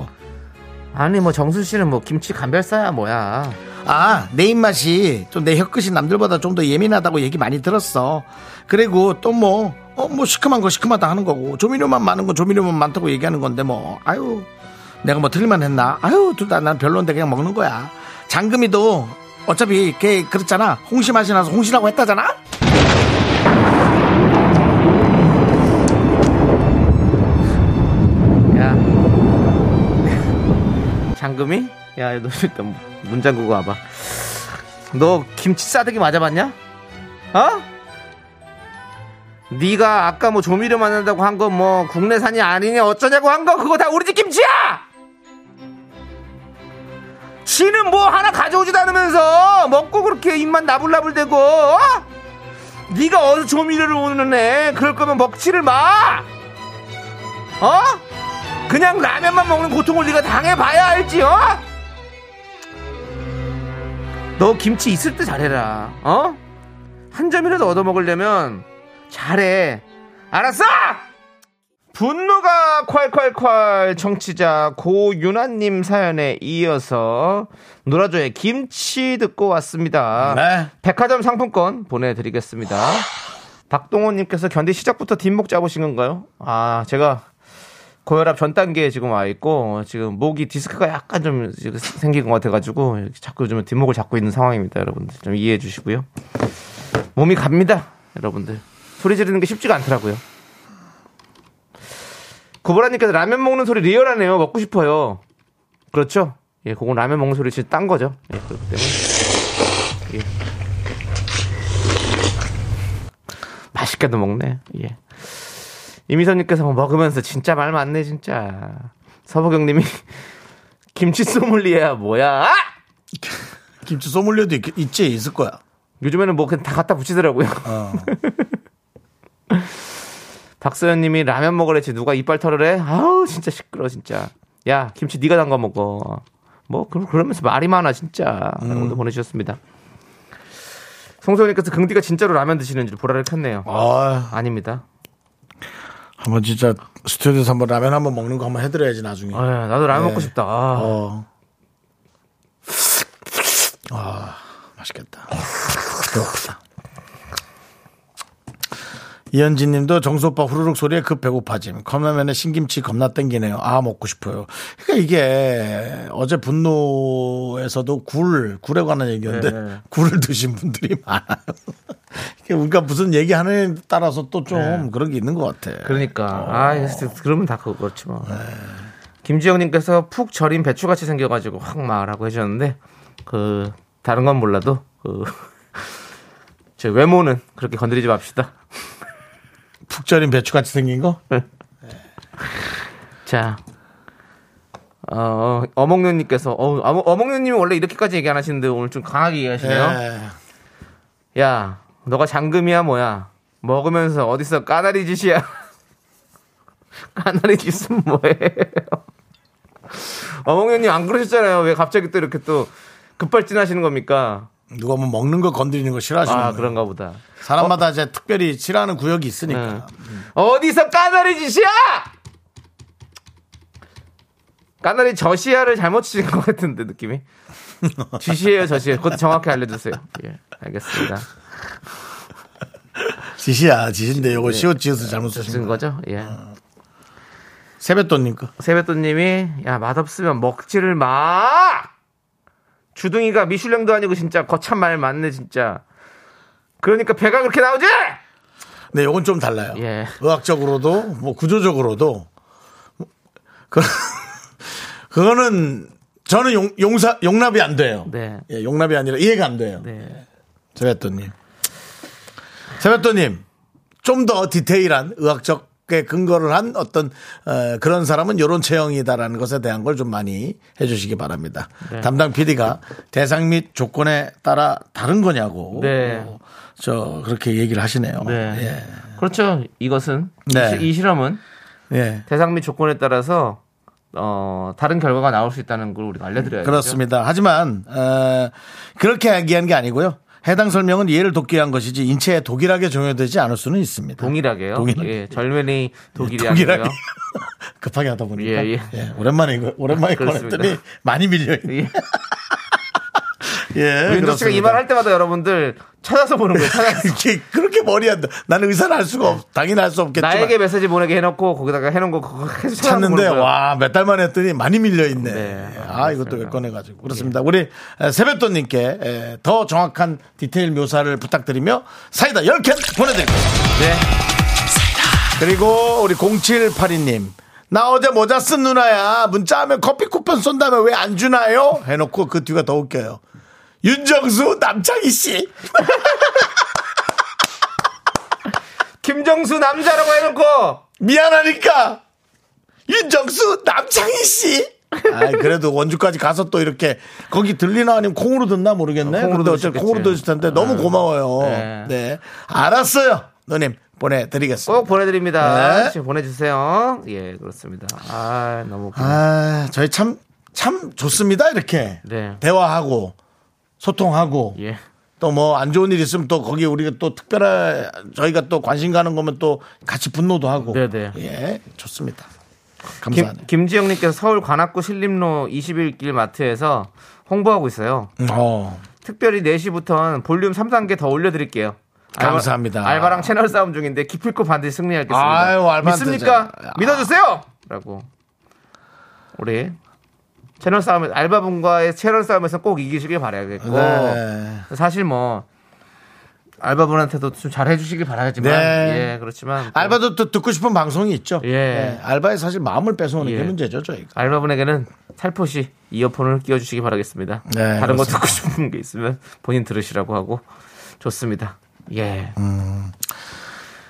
B: 아니 뭐 정수 씨는 뭐 김치 감별사야 뭐야
A: 거 아 내 입맛이 좀 내 혀끝이 남들보다 좀 더 예민하다고 얘기 많이 들었어 그리고 또뭐 어, 뭐 시큼한 거 시큼하다 하는 거고 조미료만 많은 건 조미료만 많다고 얘기하는 건데 뭐 아유 내가 뭐 틀리만 했나 아유 둘다난 별론데 그냥 먹는 거야 장금이도 어차피 걔 그랬잖아 홍시 맛이 나서 홍시라고 했다잖아
B: 야. 장금이? 야, 너 일단 문 잠그고 와봐. 너 김치 싸대기 맞아봤냐? 어? 네가 아까 뭐 조미료 만든다고 한 건 뭐 국내산이 아니냐 어쩌냐고 한 거 그거 다 우리 집 김치야! 지는 뭐 하나 가져오지도 않으면서 먹고 그렇게 입만 나불나불대고 어? 네가 어디서 조미료를 오는 애 그럴 거면 먹지를 마! 어? 그냥 라면만 먹는 고통을 네가 당해봐야 알지 어? 너 김치 있을 때 잘해라 어? 한 점이라도 얻어먹으려면 잘해 알았어? 분노가 콸콸콸 청취자 고윤아님 사연에 이어서 노라조의 김치 듣고 왔습니다
A: 네.
B: 백화점 상품권 보내드리겠습니다 박동호님께서 견디 시작부터 뒷목 잡으신 건가요? 아 제가 고혈압 전 단계에 지금 와 있고 지금 목이 디스크가 약간 좀 지금 생긴 것 같아가지고 이렇게 자꾸 요즘 뒷목을 잡고 있는 상황입니다 여러분들 좀 이해해 주시고요 몸이 갑니다 여러분들 소리 지르는 게 쉽지가 않더라고요 구보라님께서 라면 먹는 소리 리얼하네요 먹고 싶어요 그렇죠 예 그건 라면 먹는 소리 진짜 딴 거죠 예 그렇기 때문에 예 맛있게도 먹네 예 이미선님께서 뭐 먹으면서 진짜 말 많네 진짜 서보경님이 김치 소믈리에야 뭐야 아!
A: 김치 소믈리에도 있, 있지 있을 거야
B: 요즘에는 뭐 그냥 다 갖다 붙이더라고요 박서연님이 라면 먹으래지 누가 이빨 털으래 아우 진짜 시끄러 진짜 야 김치 네가 담가 먹어 뭐 그- 그러면서 말이 많아 진짜 여러분도 보내주셨습니다 송소연님께서 긍디가 진짜로 라면 드시는지 보라를 켰네요
A: 아
B: 아닙니다
A: 한번 진짜 스튜디오에서 한번 라면 한번 먹는 거 한번 해드려야지 나중에
B: 아 나도 라면
A: 네.
B: 먹고 싶다 아.
A: 어. 아, 맛있겠다. 배고프다. 이현진 님도 정수 오빠 후루룩 소리에 급 배고파짐. 컵라면에 신김치 겁나 땡기네요. 아, 먹고 싶어요. 그러니까 이게 어제 분노에서도 굴, 굴에 관한 얘기였는데
B: 네,
A: 굴을 드신 분들이 많아요. 이게 우리가 무슨 얘기하느냐에 따라서 또 좀 그런 게 있는 것 같아.
B: 네. 그러니까 아 그래서 그러면 다 그거 그렇지 뭐. 김지영님께서 푹 절인 배추같이 생겨가지고 확 마라고 해주셨는데 그 다른 건 몰라도 그제 외모는 그렇게 건드리지 맙시다.
A: 푹 절인 배추같이 생긴 거?
B: 자. 어, 어몽룡님께서, 어, 어몽- 어몽룡님이 원래 이렇게까지 얘기 안 하시는데 오늘 좀 강하게 얘기하시네요.
A: 예.
B: 야, 너가 장금이야 뭐야? 먹으면서 어디서 까다리 짓이야? 까다리 짓은 뭐예요? 어몽현님 안 그러셨잖아요. 왜 갑자기 또 이렇게 또 급발진하시는 겁니까?
A: 누가 뭐 먹는 거 건드리는 거 싫어하시는
B: 아
A: 거예요.
B: 그런가 보다. 예.
A: 사람마다 이제 특별히 싫어하는 구역이 있으니까.
B: 네. 어디서 까다리 짓이야? 까다리 저시야를 잘못 치신 것 같은데 느낌이. 지시예요 저시예요. 그것도 정확히 알려주세요. 예, 알겠습니다.
A: 지시야, 지신데 요거 시옷 지어서 잘못 쓰신 아.
B: 쓰신
A: 거.
B: 거죠? 예.
A: 세뱃돈님 거.
B: 세뱃돈님이 야 맛없으면 먹지를 마. 주둥이가 미슐랭도 아니고 진짜 거참 말 많네 진짜. 그러니까 배가 그렇게 나오지?
A: 네, 요건 좀 달라요.
B: 예.
A: 의학적으로도, 뭐 구조적으로도. 그, 그거는 저는 용, 용사, 용납이 안 돼요.
B: 네.
A: 예, 용납이 아니라 이해가 안 돼요.
B: 네.
A: 세뱃돈님. 세뱃돈님, 좀 더 디테일한 의학적 의 근거를 한 어떤 어, 그런 사람은 요런 체형이다라는 것에 대한 걸 좀 많이 해주시기 바랍니다.
B: 네.
A: 담당 PD가 대상 및 조건에 따라 다른 거냐고
B: 네.
A: 어, 저 그렇게 얘기를 하시네요. 예.
B: 네. 그렇죠. 이것은
A: 네.
B: 이 실험은
A: 예. 예.
B: 대상 및 조건에 따라서 어, 다른 결과가 나올 수 있다는 걸 우리가 알려드려야 죠
A: 그렇습니다. 하지만 어, 그렇게 얘기한 게 아니고요. 해당 설명은 이해를 돕기 위한 것이지 인체에 독일하게 종용되지 않을 수는 있습니다.
B: 동일하게요.
A: 동일하게.
B: 예, 젊은이 독일이
A: 독일하게
B: 아니고요.
A: 급하게 하다 보니까
B: 예, 예.
A: 예, 오랜만에 이거 오랜만에
B: 그렇습니다.
A: 꺼냈더니 많이 밀려 있네.
B: 예.
A: 예.
B: 윤정 씨가 이 말 할 때마다 여러분들 찾아서 보는 거예요. 찾아서.
A: 이렇게 그렇게 머리 안 돼. 나는 의사를 할 수가 없. 당연히 할 수 없겠지만.
B: 나에게 메시지 보내게 해놓고 거기다가 해놓은 거 그거 계속 찾아서 보는
A: 찾는데
B: 거예요.
A: 와 몇 달 만에 했더니 많이 밀려 있네.
B: 네,
A: 아 이것도 왜 꺼내가지고 그렇습니다. 우리 에, 세뱃돈님께 에, 더 정확한 디테일 묘사를 부탁드리며 사이다 10캔 보내드립니다.
B: 네.
A: 그리고 우리 0782님. 나 어제 모자 쓴 누나야. 문자하면 커피 쿠폰 쏜다면 왜 안 주나요? 해놓고 그 뒤가 더 웃겨요. 윤정수 남창희 씨.
B: 김정수 남자라고 해놓고
A: 미안하니까 윤정수 남창희 씨. 아 그래도 원주까지 가서 또 이렇게 거기 들리나 아니면 콩으로 듣나 모르겠네.
B: 어, 콩으로
A: 근데 어차피
B: 들으셨겠지. 아.
A: 콩으로 들으실 텐데 너무 고마워요. 네.
B: 네.
A: 알았어요. 누님 보내드리겠습니다.
B: 꼭 보내드립니다.
A: 네.
B: 지금 보내주세요. 예, 그렇습니다. 아, 너무 웃기네.
A: 아, 저희 참, 참 좋습니다. 이렇게.
B: 네.
A: 대화하고, 소통하고,
B: 예.
A: 또 뭐 안 좋은 일 있으면 또 거기 우리가 또 특별한, 저희가 또 관심 가는 거면 또 같이 분노도 하고.
B: 네네.
A: 예, 좋습니다.
B: 김,
A: 감사하네요.
B: 김지영님께서 서울 관악구 신림로 21길 마트에서 홍보하고 있어요.
A: 어,
B: 특별히 4시부터는 볼륨 3단계 더 올려드릴게요. 알바-
A: 감사합니다.
B: 알바랑 채널 싸움 중인데 기필코 반드시 승리하겠습니다.
A: 아유, 알바
B: 믿습니까?
A: 되잖아.
B: 믿어주세요! 라고. 우리 채널 싸움에, 알바분과의 채널 싸움에서 꼭 이기시길 바라야겠고.
A: 네.
B: 사실 뭐, 알바분한테도 좀 잘해주시길 바라지만.
A: 네.
B: 예, 그렇지만. 또
A: 알바도 또 듣고 싶은 방송이 있죠. 네.
B: 예.
A: 알바에 사실 마음을 뺏어오는 게
B: 예.
A: 문제죠, 저희가.
B: 알바분에게는 살포시 이어폰을 끼워주시기 바라겠습니다.
A: 네,
B: 다른 거
A: 그렇습니다.
B: 듣고 싶은 게 있으면 본인 들으시라고 하고 좋습니다. 예.
A: 음.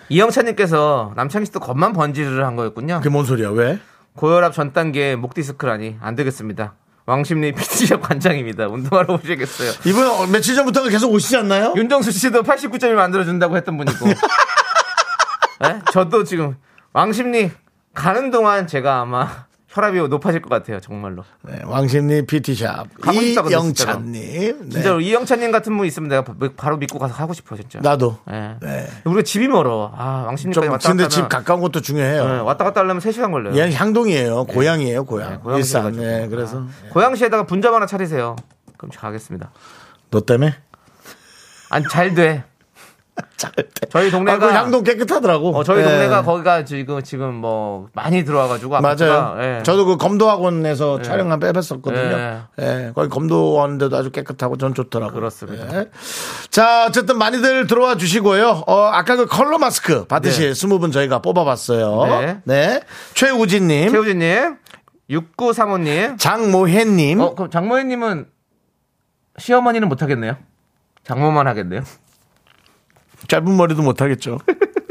B: 이영찬님께서 남창희 씨도 겉만 번지르르 한 거였군요.
A: 그게 뭔 소리야, 왜?
B: 고혈압 전 단계 목 디스크라니 안 되겠습니다. 왕십리 PT샵 관장입니다. 운동하러 오시겠어요.
A: 이분 어, 며칠 전부터 계속 오시지 않나요?
B: 윤정수 씨도 89점이 만들어준다고 했던 분이고. 예? 저도 지금 왕십리 가는 동안 제가 아마 혈압이 높아질 것 같아요. 정말로.
A: 네, 왕신님 PT샵.
B: 가고 싶다 그랬어요,
A: 이영찬님. 네.
B: 진짜 로 이영찬님 같은 분 있으면 내가 바- 바로 믿고 가서 하고 싶어 진짜.
A: 나도.
B: 예.
A: 네.
B: 우리가 집이 멀어. 아 왕십리까지
A: 좀
B: 왔다 갔다.
A: 근데 집
B: 하면-
A: 가까운 예. 것도 중요해요.
B: 예, 왔다 갔다 하려면 3 시간 걸려요.
A: 얘 향동이에요. 고향이에요, 고향.
B: 예, 고양시
A: 일산.
B: 가지고.
A: 네, 그래서.
B: 아, 고양시에다가 분점 하나 차리세요. 그럼 가겠습니다.
A: 너 때문에?
B: 안 잘 돼.
A: 잘 때.
B: 저희
A: 아, 그
B: 동네가
A: 향동 깨끗하더라고.
B: 어, 저희
A: 예.
B: 동네가 거기가 지금 지금 뭐 많이 들어와가지고
A: 맞아요.
B: 아파트가, 예.
A: 저도 그 검도학원에서 촬영 한 빼봤었거든요.
B: 예.
A: 예, 거기 검도하는데도 아주 깨끗하고 전 좋더라고요.
B: 그렇습니다.
A: 예. 자, 어쨌든 많이들 들어와 주시고요. 어, 아까 그 컬러 마스크 받으실
B: 네.
A: 스무 분 저희가 뽑아봤어요. 네.
B: 네.
A: 최우진님,
B: 최우진님, 6935님.
A: 장모혜님,
B: 어 그럼 장모님은 시어머니는 못 하겠네요. 장모만 하겠네요.
A: 짧은 머리도 못하겠죠.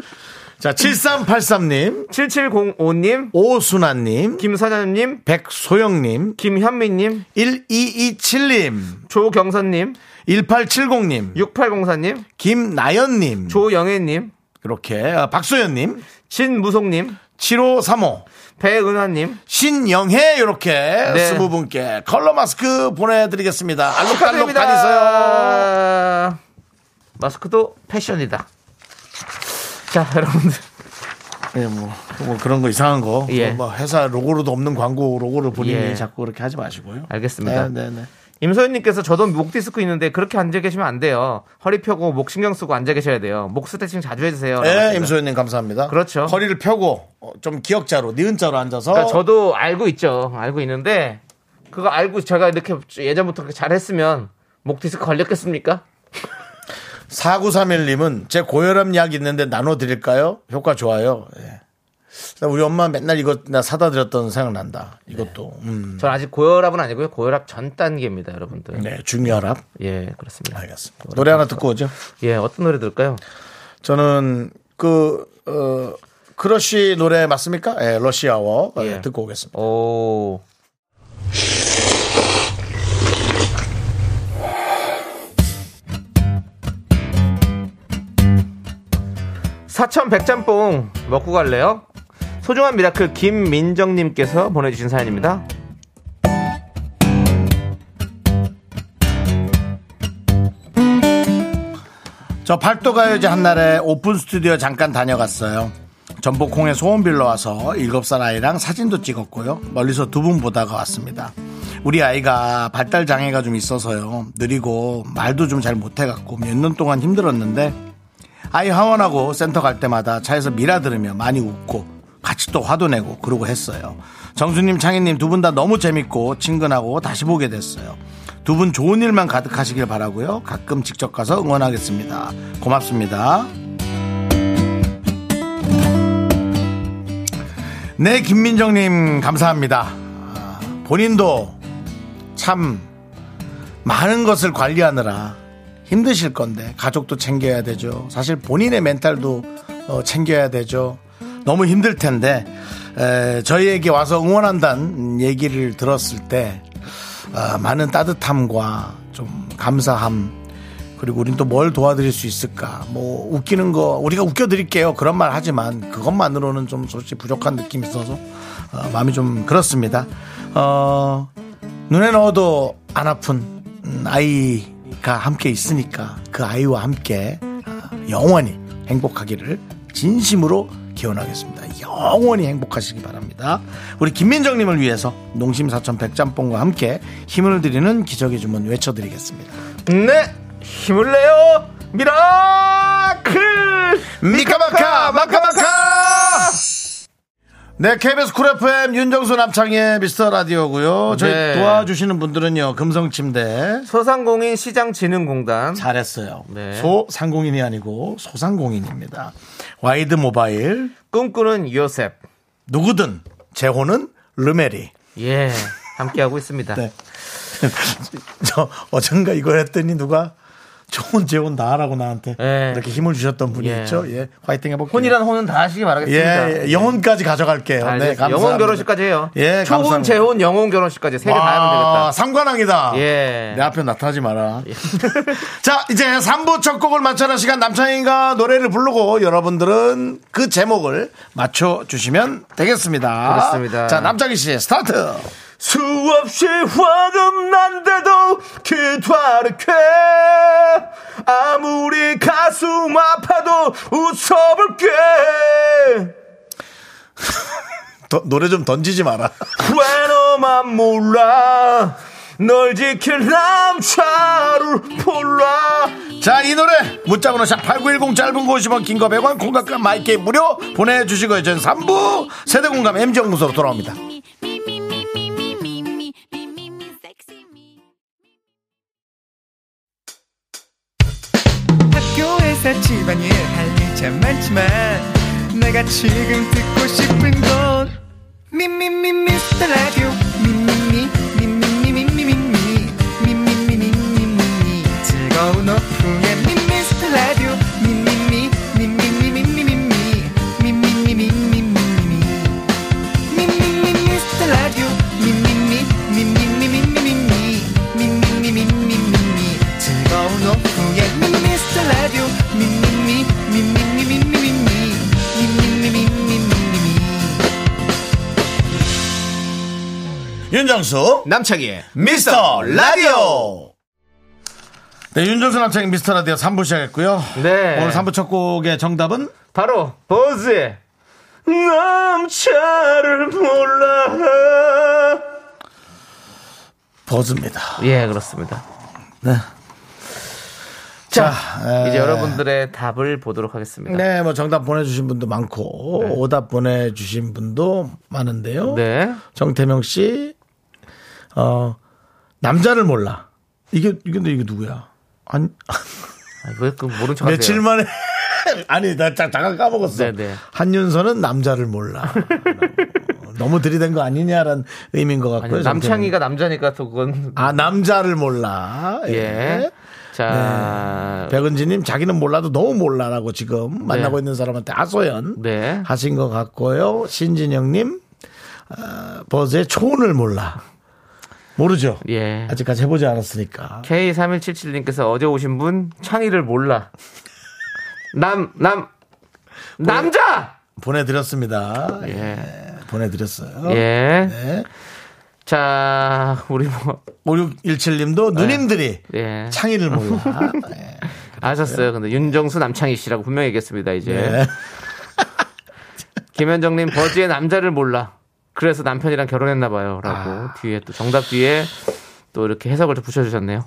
A: 자, 7383님,
B: 7705님,
A: 오순아님,
B: 김선현님,
A: 백소영님,
B: 김현민님,
A: 1227님,
B: 조경선님,
A: 1870님,
B: 6804님,
A: 김나연님,
B: 조영애님,
A: 이렇게 아, 박소연님,
B: 진무송님,
A: 7535,
B: 배은하님,
A: 신영혜 이렇게
B: 네.
A: 스무 분께 컬러 마스크 보내드리겠습니다. 알록달록
B: 축하드립니다.
A: 다니세요.
B: 마스크도 패션이다. 자, 여러분들.
A: 예, 뭐, 뭐 그런 거 이상한 거,
B: 예.
A: 뭐 회사 로고로도 없는 광고 로고를 본인이
B: 예.
A: 자꾸 그렇게 하지 마시고요.
B: 알겠습니다.
A: 네, 네, 네.
B: 임소연님께서 저도 목 디스크 있는데 그렇게 앉아 계시면 안 돼요. 허리 펴고 목 신경 쓰고 앉아 계셔야 돼요. 목 스트레칭 자주 해주세요.
A: 예,
B: 라고
A: 임소연님 감사합니다.
B: 그렇죠.
A: 허리를 펴고 어, 좀 기역자로 니은자로 앉아서
B: 그러니까 저도 알고 있죠. 알고 있는데 그거 알고 제가 이렇게 예전부터 그렇게 잘했으면 목 디스크 걸렸겠습니까?
A: 4931님은 제 고혈압 약 있는데 나눠드릴까요? 효과 좋아요. 예. 나 우리 엄마 맨날 이거 나 사다 드렸던 생각난다. 이것도.
B: 네.
A: 음.
B: 전 아직 고혈압은 아니고요. 고혈압 전 단계입니다, 여러분들.
A: 네, 중혈압.
B: 예, 그렇습니다.
A: 알겠습니다. 노래 하나 듣고 오죠.
B: 예, 어떤 노래 들을까요?
A: 저는 그, 어, 크러쉬 노래 맞습니까? 예, 러시아워. 예,
B: 예.
A: 듣고 오겠습니다.
B: 오. 사천 백짬뽕 먹고 갈래요? 소중한 미라클 김민정님께서 보내주신 사연입니다.
A: 저 팔도가요제 한날에 오픈 스튜디오 잠깐 다녀갔어요. 전복콩에 소원 빌러 와서 일곱 살 아이랑 사진도 찍었고요. 멀리서 두 분 보다가 왔습니다. 우리 아이가 발달 장애가 좀 있어서요. 느리고 말도 좀 잘 못해갖고 몇 년 동안 힘들었는데 아이 하원하고 센터 갈 때마다 차에서 미라 들으며 많이 웃고 같이 또 화도 내고 그러고 했어요. 정수님, 창희님 두 분 다 너무 재밌고 친근하고 다시 보게 됐어요. 두 분 좋은 일만 가득하시길 바라고요. 가끔 직접 가서 응원하겠습니다. 고맙습니다. 네, 김민정님 감사합니다. 아, 본인도 참 많은 것을 관리하느라 힘드실 건데 가족도 챙겨야 되죠. 사실 본인의 멘탈도 어, 챙겨야 되죠. 너무 힘들 텐데 에, 저희에게 와서 응원한다는 얘기를 들었을 때 아, 많은 따뜻함과 좀 감사함 그리고 우린 또 뭘 도와드릴 수 있을까 뭐 웃기는 거 우리가 웃겨드릴게요 그런 말 하지만 그것만으로는 좀 솔직히 부족한 느낌이 있어서 어, 마음이 좀 그렇습니다 어, 눈에 넣어도 안 아픈 음, 아이가 함께 있으니까 그 아이와 함께 아, 영원히 행복하기를 진심으로 기원하겠습니다. 영원히 행복하시기 바랍니다. 우리 김민정님을 위해서 농심 사천 백짬뽕과 함께 힘을 드리는 기적의 주문 외쳐드리겠습니다.
B: 네 힘을 내요 미라클
A: 미카마카 마카마카 네 KBS 쿨 FM 윤정수 남창의 미스터 라디오고요 저희
B: 네.
A: 도와주시는 분들은요 금성침대
B: 소상공인 시장진흥공단
A: 잘했어요
B: 네.
A: 소상공인이 아니고 소상공인입니다 와이드 모바일
B: 꿈꾸는 요셉
A: 누구든 재혼은 르메리
B: 예 함께하고 있습니다
A: 네. 저 어젠가 이걸 했더니 누가 좋은 재혼 다 하라고 나한테
B: 예.
A: 이렇게 힘을 주셨던 분이
B: 예.
A: 있죠 예 화이팅 해볼게요
B: 혼이란 혼은 다 하시기 바라겠습니다 아,
A: 예, 예, 영혼까지 가져갈게요. 네,
B: 알겠습니다.
A: 감사합니다.
B: 영혼 결혼식까지 해요.
A: 예,
B: 초혼,
A: 감사합니다.
B: 재혼, 영혼 결혼식까지 세 개 다 하면 되겠다.
A: 아, 상관왕이다.
B: 예.
A: 내 앞에 나타나지 마라. 자, 이제 3부 첫 곡을 맞춰라 시간 남창희가 노래를 부르고 여러분들은 그 제목을 맞춰주시면 되겠습니다.
B: 그렇습니다.
A: 자, 남창희 씨, 스타트.
B: 수없이 화가 난데도 기다릴게 아무리 가슴 아파도 웃어볼게
A: 더- 노래 좀 던지지 마라.
B: 왜 너만 몰라 널 지킬 남자를 몰라
A: 자, 이 노래 문자번호 샵 8910 짧은 거 50원, 긴 거 100원, 공각과 마이크 무료 보내주시고요. 저는 3부 세대공감 MG연구소로 돌아옵니다.
E: me, me, me, me, me, me, me, me, me, me, me, sexy me.
G: 학교에서 집안일 할 일 참 많지만 내가 지금 듣고 싶은 건 미미미 미스터 라디오 미미미 미미미 미미미 미미미 미미미 미미미 즐거운 오후에 미스터 라디오 미미미 미미미 미미미 미미미 미미미 미미미
A: 윤정수
B: 남창희의
A: 미스터 라디오 네, 윤정수 남창인 미스터 라디오 3부 시작했고요
B: 네.
A: 오늘 3부 첫 곡의 정답은
B: 바로 버즈의 남자를 몰라
A: 버즈입니다
B: 예 그렇습니다
A: 네.
B: 자,
A: 에,
B: 이제 여러분들의 답을 보도록 하겠습니다 네,
A: 네, 뭐 정답 보내주신 분도 많고 오답 보내주신 분도 많은데요
B: 네.
A: 정태명 씨 어, 남자를 몰라 이게, 이게 근데 이게 누구야 아니,
B: 왜그 모른 척하세요
A: 며칠 만에 아니 나 자- 잠깐 까먹었어.
B: 네네.
A: 한윤서는 남자를 몰라. 너무 들이댄 거 아니냐라는 의미인 것 같고요.
B: 아니, 남창희가 남자니까 또 그건
A: 아 남자를 몰라. 예.
B: 예. 자,
A: 백은지님 자기는 몰라도 너무 몰라라고 지금 만나고 있는 사람한테 아소연
B: 네.
A: 하신 것 같고요. 신진영님 어, 버즈의 초혼을 몰라. 모르죠.
B: 예.
A: 아직까지 해보지 않았으니까.
B: K3177님께서 어제 오신 분 창의를 몰라. 남, 남, 남자!
A: 보내드렸습니다. 예.
B: 예.
A: 보내드렸어요.
B: 예.
A: 네.
B: 자, 우리 뭐,
A: 5617님도 누님들이
B: 예.
A: 창의를 몰라. 네.
B: 아셨어요. 근데 윤정수 남창희 씨라고 분명히
A: 예.
B: 얘기했습니다, 이제.
A: 네.
B: 김현정님, 버즈의 남자를 몰라. 그래서 남편이랑 결혼했나 봐요라고
A: 아.
B: 뒤에 또 정답 뒤에 또 이렇게 해석을 또 붙여주셨네요.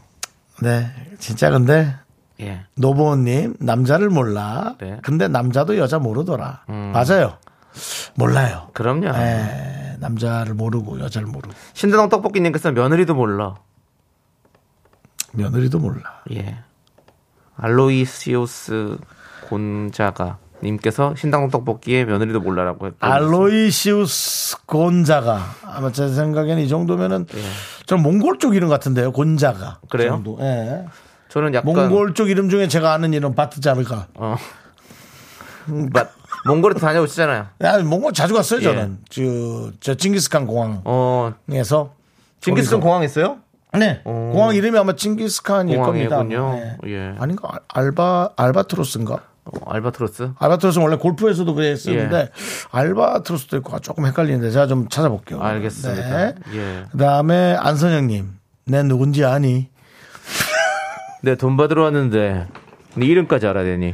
A: 네, 진짜 근데
B: 예.
A: 노보원님 남자를 몰라.
B: 네. 음.
A: 근데 남자도 여자 모르더라. 맞아요. 몰라요.
B: 그럼요.
A: 네, 남자를 모르고 여자를 모르고
B: 신대동 떡볶이님께서 며느리도 몰라.
A: 며느리도 몰라.
B: 예. 알로이시오스 곤자가 님께서 신당동 떡볶이에 며느리도 몰라라고 했고
A: 알로이시우스 곤자가 아마 제 생각에는 이 정도면은 저 몽골 쪽 이름 같은데요. 곤자가
B: 예. 그래요?
A: 그
B: 그러니까
A: 정도. 예.
B: 저는 약간
A: 몽골 쪽 이름 중에 제가 아는 이름 바트지 않을까.
B: 어. 맞. 몽골에 다녀오시잖아요.
A: 아, 몽골 자주 갔어요
B: 예.
A: 저는. 저, 저 징기스칸 공항에서.
B: 어.
A: 거기서.
B: 징기스칸 공항 있어요?
A: 네.
B: 어.
A: 공항 이름이 아마 징기스칸일 겁니다.
B: 공항이군요.
A: 네.
B: 예.
A: 아닌가? 알바 알바트로스인가?
B: 어, 알바트로스.
A: 알바트로스 는 원래 골프에서도 그랬었는데
B: 예.
A: 알바트로스도 있고 아, 조금 헷갈리는데 제가 좀 찾아볼게요.
B: 알겠습니다.
A: 네.
B: 예.
A: 그다음에 안선영님, 내 누군지 아니?
B: 네, 돈 받으러 왔는데 네 이름까지 알아야 되니.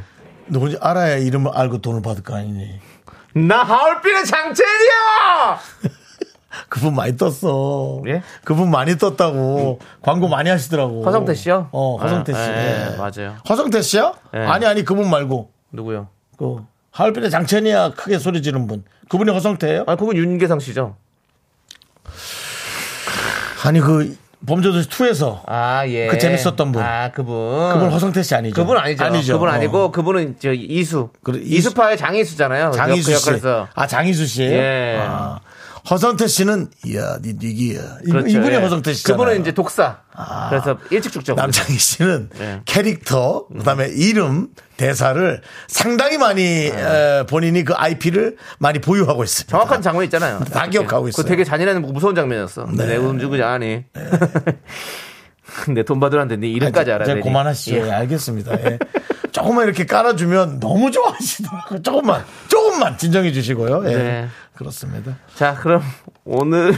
A: 누군지 알아야 이름을 알고 돈을 받을 거 아니니?
B: 나 하얼빈의 장첸이야!
A: 그분 많이 떴어.
B: 예?
A: 그분 많이 떴다고 광고 많이 하시더라고.
B: 허성태 씨요?
A: 어, 허성태 씨.
B: 아, 예,
A: 예.
B: 맞아요.
A: 허성태 씨요?
B: 예.
A: 아니 아니 그분 말고
B: 누구요?
A: 그 하얼빈의 장첸이야 크게 소리 지른 분. 그분이 허성태예요?
B: 아, 그건 윤계상 씨죠.
A: 아니 그 범죄도시 2에서
B: 아, 예.
A: 그 재밌었던 분.
B: 아, 그분.
A: 그분 허성태 씨 아니죠?
B: 네.
A: 어.
B: 그분 아니죠. 그분 아니고 그분은 저 이수.
A: 그래, 이수-
B: 이수파의 장이수잖아요.
A: 장희수
B: 그
A: 씨.
B: 역할에서.
A: 아 장희수 씨.
B: 예.
A: 아, 허성태 씨는 이야 니 니기야. 이-
B: 그렇죠.
A: 이분이
B: 예.
A: 허성태 씨. 잖아요
B: 그분은 이제 독사. 그래서 일찍 죽죠.
A: 남창희 씨는
B: 예.
A: 캐릭터 그다음에 이름 대사를 상당히 많이
B: 아.
A: 에, 본인이 그 IP를 많이 보유하고 있습니다.
B: 정확한 장면 있잖아요.
A: 다 기억하고
B: 그거
A: 있어요. 네.
B: 되게 잔인한 무서운 장면이었어. 내 움직이지 않으니. 근데 돈 받으러 왔는데 네 이름까지 알아야
A: 이제
B: 되니.
A: 그만하시죠. 예, 알겠습니다. 예. 조금만 이렇게 깔아주면 너무 좋아하시더라고요. 조금만, 조금만 진정해 주시고요. 예.
B: 네.
A: 그렇습니다.
B: 자, 그럼 오늘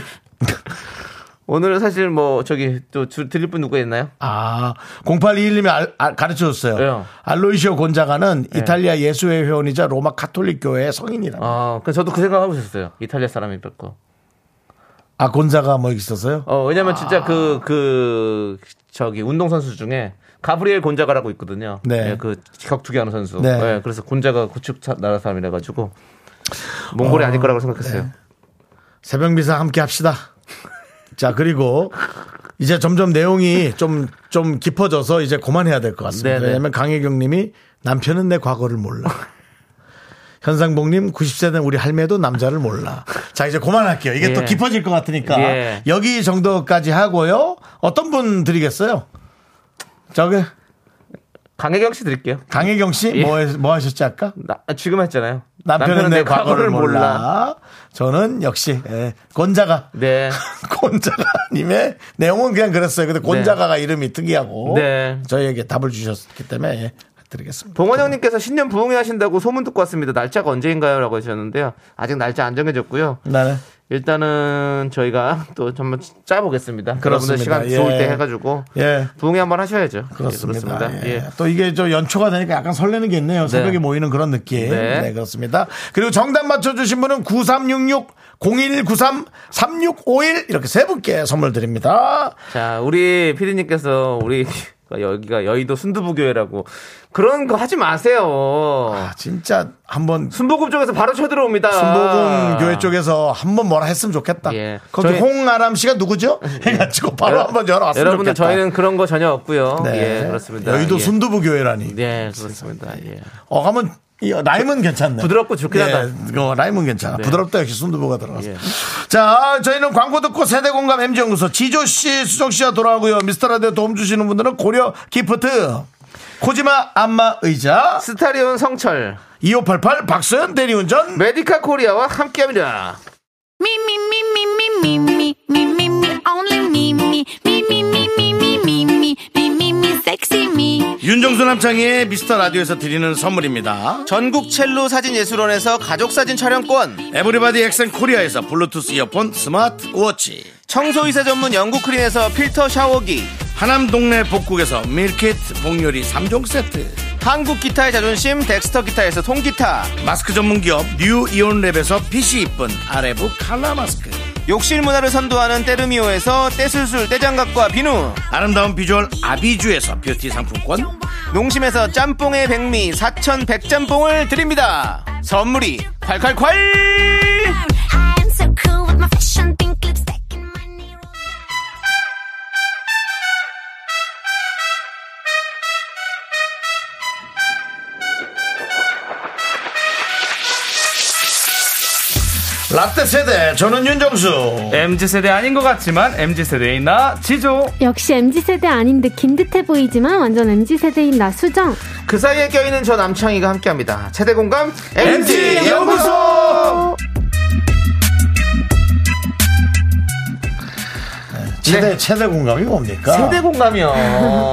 B: 오늘 사실 뭐 저기 또 주- 드릴 분 누구 있나요?
A: 아, 0821님이 아, 가르쳐 줬어요.
B: 왜요? 네.
A: 알로이시오 곤자가는 이탈리아 예수회 회원이자 로마 카톨릭 교회의 성인이라. 아,
B: 아, 그 저도 그 생각하고 있었어요. 이탈리아 사람이 뵙고.
A: 아 곤자가 뭐 있었어요?
B: 어, 왜냐면 진짜 그, 그, 저기, 운동선수 중에 가브리엘 곤자가라고 있거든요.
A: 네.
B: 예, 그, 격투기 하는 선수.
A: 네.
B: 예, 그래서 곤자가 구축 차- 나라 사람이라가지고, 몽골이 아닐 거라고 생각했어요.
A: 네. 새벽 미사 함께 합시다. 자, 그리고 이제 점점 내용이 좀, 좀 깊어져서 이제 그만해야 될 것 같습니다.
B: 네네.
A: 왜냐면 강혜경 님이 남편은 내 과거를 몰라. 현상봉님 90세 된 우리 할매도 남자를 몰라. 자 이제 그만할게요. 이게
B: 예.
A: 또 깊어질 것 같으니까
B: 예.
A: 여기 정도까지 하고요. 어떤 분 드리겠어요? 저기
B: 강혜경 씨 드릴게요.
A: 강혜경 씨
B: 예.
A: 뭐 뭐 하셨지 아까?
B: 나- 아, 지금 했잖아요.
A: 남편은, 내 과거를, 몰라. 저는 역시 예, 권자가
B: 네.
A: 곤자가님의 내용은 그냥 그랬어요. 근데 곤자가가 이름이 특이하고
B: 네.
A: 저희에게 답을 주셨기 때문에 예, 드리겠습니다.
B: 봉원 형님께서 신년 부흥회 하신다고 소문 듣고 왔습니다. 날짜가 언제인가요? 라고 하셨는데요. 아직 날짜 안 정해졌고요.
A: 나는
B: 일단은 저희가 또 한번 짜보겠습니다.
A: 그렇습니다.
B: 여러분들 시간
A: 예.
B: 좋을 때 해가지고
A: 예.
B: 부흥회 한번 하셔야죠. 예,
A: 그렇습니다. 예.
B: 예.
A: 또 이게 저 연초가 되니까 약간 설레는 게 있네요. 새벽에 모이는 그런 느낌. 네.
B: 네.
A: 그렇습니다. 그리고 정답 맞춰주신 분은 9366 0193 3651 이렇게 세 분께 선물 드립니다.
B: 자, 우리 피디님께서 우리 여기가 여의도 순두부교회라고 그런 거 하지 마세요.
A: 아, 진짜 한번
B: 순복음 쪽에서 바로 쳐들어옵니다.
A: 순복음 교회 쪽에서 한번 뭐라 했으면 좋겠다.
B: 아. 예.
A: 거기
B: 저희-
A: 홍아람 씨가 누구죠? 해가지고 바로
B: 여러-
A: 한번 열어왔으면
B: 여러분들
A: 좋겠다.
B: 저희는 그런 거 전혀 없고요.
A: 네.
B: 예, 그렇습니다.
A: 여의도
B: 예.
A: 순두부 교회라니.
B: 네, 그렇습니다. 예.
A: 어감은 이 라임은 괜찮네.
B: 부드럽고 좋긴 하다.
A: 그 라임은 괜찮아.
B: 네.
A: 부드럽다 역시 순두부가 들어가서.
B: 예.
A: 자, 저희는 광고 듣고 세대 공감 MG 연구소 지조 씨, 수정 씨와 돌아오고요. 미스터 라디오 도움 주시는 분들은 고려 기프트, 코지마 안마 의자,
B: 스타리온 성철
A: 2588 박소연 대리운전.
B: 메디카 코리아와 함께합니다.
E: Me, me, me, me, me, me, me, me, me, me, only me, me, me, me, me, me, me, me, me, me, me, me, sexy me.
A: 윤정수 남창희의 미스터 라디오에서 드리는 선물입니다.
B: 전국 첼로 사진 예술원에서 가족 사진 촬영권,
A: 에브리바디 엑센 코리아에서 블루투스 이어폰 스마트 워치.
B: 청소 이사 전문 영국 크린에서 필터 샤워기,
A: 하남 동네 복국에서 밀키트 복요리 3종 세트
B: 한국 기타의 자존심 덱스터 기타에서 통기타
A: 마스크 전문 기업 뉴 이온랩에서 핏이 이쁜 아레브 칼라 마스크.
B: 욕실 문화를 선도하는 때르미오에서 떼술술 떼장갑과 비누
A: 아름다운 비주얼 아비주에서 뷰티 상품권.
B: 농심에서 짬뽕의 백미 사천 백짬뽕을 드립니다 선물이 콸콸콸
F: I am so cool with my fashion pink lipstick and my nail.
A: 라떼 세대 저는 윤정수.
B: 네,
H: MZ세대 아닌 것 같지만 MZ세대인 나 지조
I: 역시 MZ세대 아닌 듯긴 듯해 보이지만 완전 MZ세대인 나 수정.
B: 그 사이에 껴있는 저 남창희가 함께합니다. 세대 공감 MT 연구소.
A: 최대 최대 공감이 뭡니까?
B: 네. 세대 공감이요.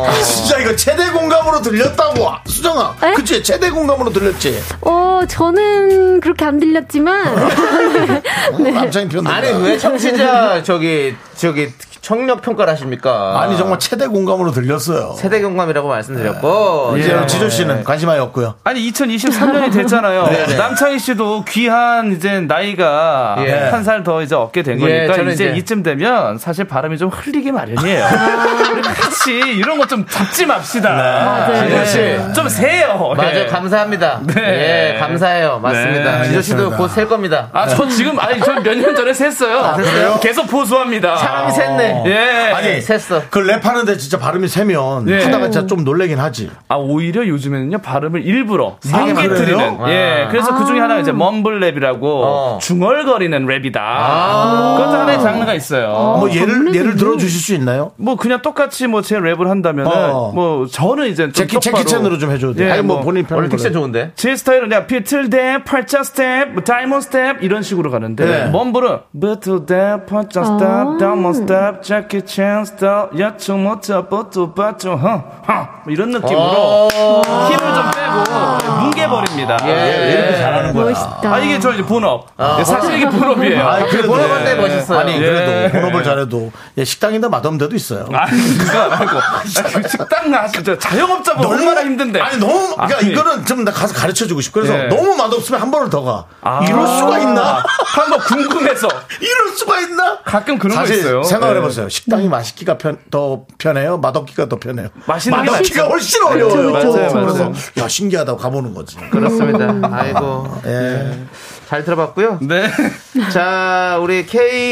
A: 아, 진짜 이거 최대 공감으로 들렸다고 수정아.
I: 에?
A: 그치 최대 공감으로 들렸지.
I: 어, 저는 그렇게 안 들렸지만.
A: 어, 남창이 표현.
B: 아니 왜 청취자 저기 저기 청력 평가를 하십니까?
A: 아니 정말 최대 공감으로 들렸어요. 어,
B: 세대 공감이라고 말씀드렸고
A: 이제
B: 예.
A: 지조 씨는 관심이 없고요.
H: 아니 2023년이 됐잖아요.
B: 네.
H: 남창희 씨도 귀한 이제 나이가
B: 예.
H: 한 살 더 이제 얻게 된
B: 예,
H: 거니까
B: 저는
H: 이제,
B: 이제-
H: 네, 이쯤 되면 사실 바람이 좀 흘리기 마련이에요. 우리 같이 이런 거 좀 잡지 맙시다.
I: 맞아요.
H: 예.
B: 그렇지.
H: 좀 세요.
B: 맞아요.
H: 예.
B: 감사합니다.
H: 네.
B: 예, 감사해요. 맞습니다.
A: 네,
B: 지조 씨도
A: 알겠습니다.
B: 곧 셀 겁니다.
H: 아, 저 지금 아니 저 몇 년 전에 샜어요.
B: 그래요?
H: 계속 보수합니다.
B: 사람이 샜네.
H: 아. 예.
A: 아니
B: 셌어. 네.
A: 그 랩하는데 진짜 발음이 세면
H: 예.
A: 하다가 진짜 좀 놀래긴 하지.
H: 아 오히려 요즘에는요 발음을 일부러
A: 세게
H: 상기트리는
A: 만들어요?
H: 예 그래서 그 중에 하나 이제 멈블랩이라고
B: 어. 아.
H: 중얼거리는 랩이다 그것도 하나의 장르가 있어요
A: 뭐 예를 예를 들어 주실 수 있나요?
H: 뭐 그냥 똑같이 뭐 제 랩을 한다면은
A: 어.
H: 뭐 저는 이제 좀
A: 재키
H: 똑바로
A: 재키찬으로 좀 해줘도 돼.
H: 예,
A: 아니 뭐
H: 뭐
A: 본인 편로
B: 원래 딕션 좋은데.
H: 제 스타일은 그냥 비틀대 팔자 스텝 뭐 다이몬 스텝 이런 식으로
A: 네.
H: 가는데 멈블은 비틀대 팔자 스텝 다이몬 스텝 재키찬 스텝 야채 모차 뽀뚜 빠뚜 허허 뭐 이런 느낌으로
A: 아.
H: 힘을 좀 빼고 뭉개버립니다
A: 예, 이렇게 잘하는 거야.
I: 멋있다.
H: 아 이게 저 이제 본업. 예, 사실 이게 본업이에요.
A: 아이,
H: 아,
A: 그래도
B: 본업한데
A: 예.
B: 멋있어요. 네.
A: 아니
H: 예.
A: 그래도 본업을 잘해도 예, 식당이나 맛없는 데도 있어요.
H: 그거 말고 아, 그 식당 나 진짜 자영업자분 어, 얼마나 힘든데.
A: 아니 너무 그러니까
H: 아니.
A: 이거는 좀 나 가서 가르쳐 주고 싶고 그래서
H: 예.
A: 너무 맛없으면 한 번을 더 가.
H: 아.
A: 이럴 수가 있나?
H: 한번 궁금해서
A: 이럴 수가 있나?
H: 가끔 그런
A: 사실
H: 거 있어요.
A: 생각을
H: 예.
A: 해보세요. 식당이 맛있기가 편, 더 편해요. 맛없기가 더 편해요.
H: 맛있는 게
A: 맛없기가 훨씬 어려워요.
H: 그쵸, 그쵸, 맞아요,
A: 그래서
H: 맞아요.
A: 야 신기하다고 가보는 거지.
B: 그렇습니다. 아이고.
A: 예.
B: 잘 들어봤고요.
H: 네.
B: 자, 우리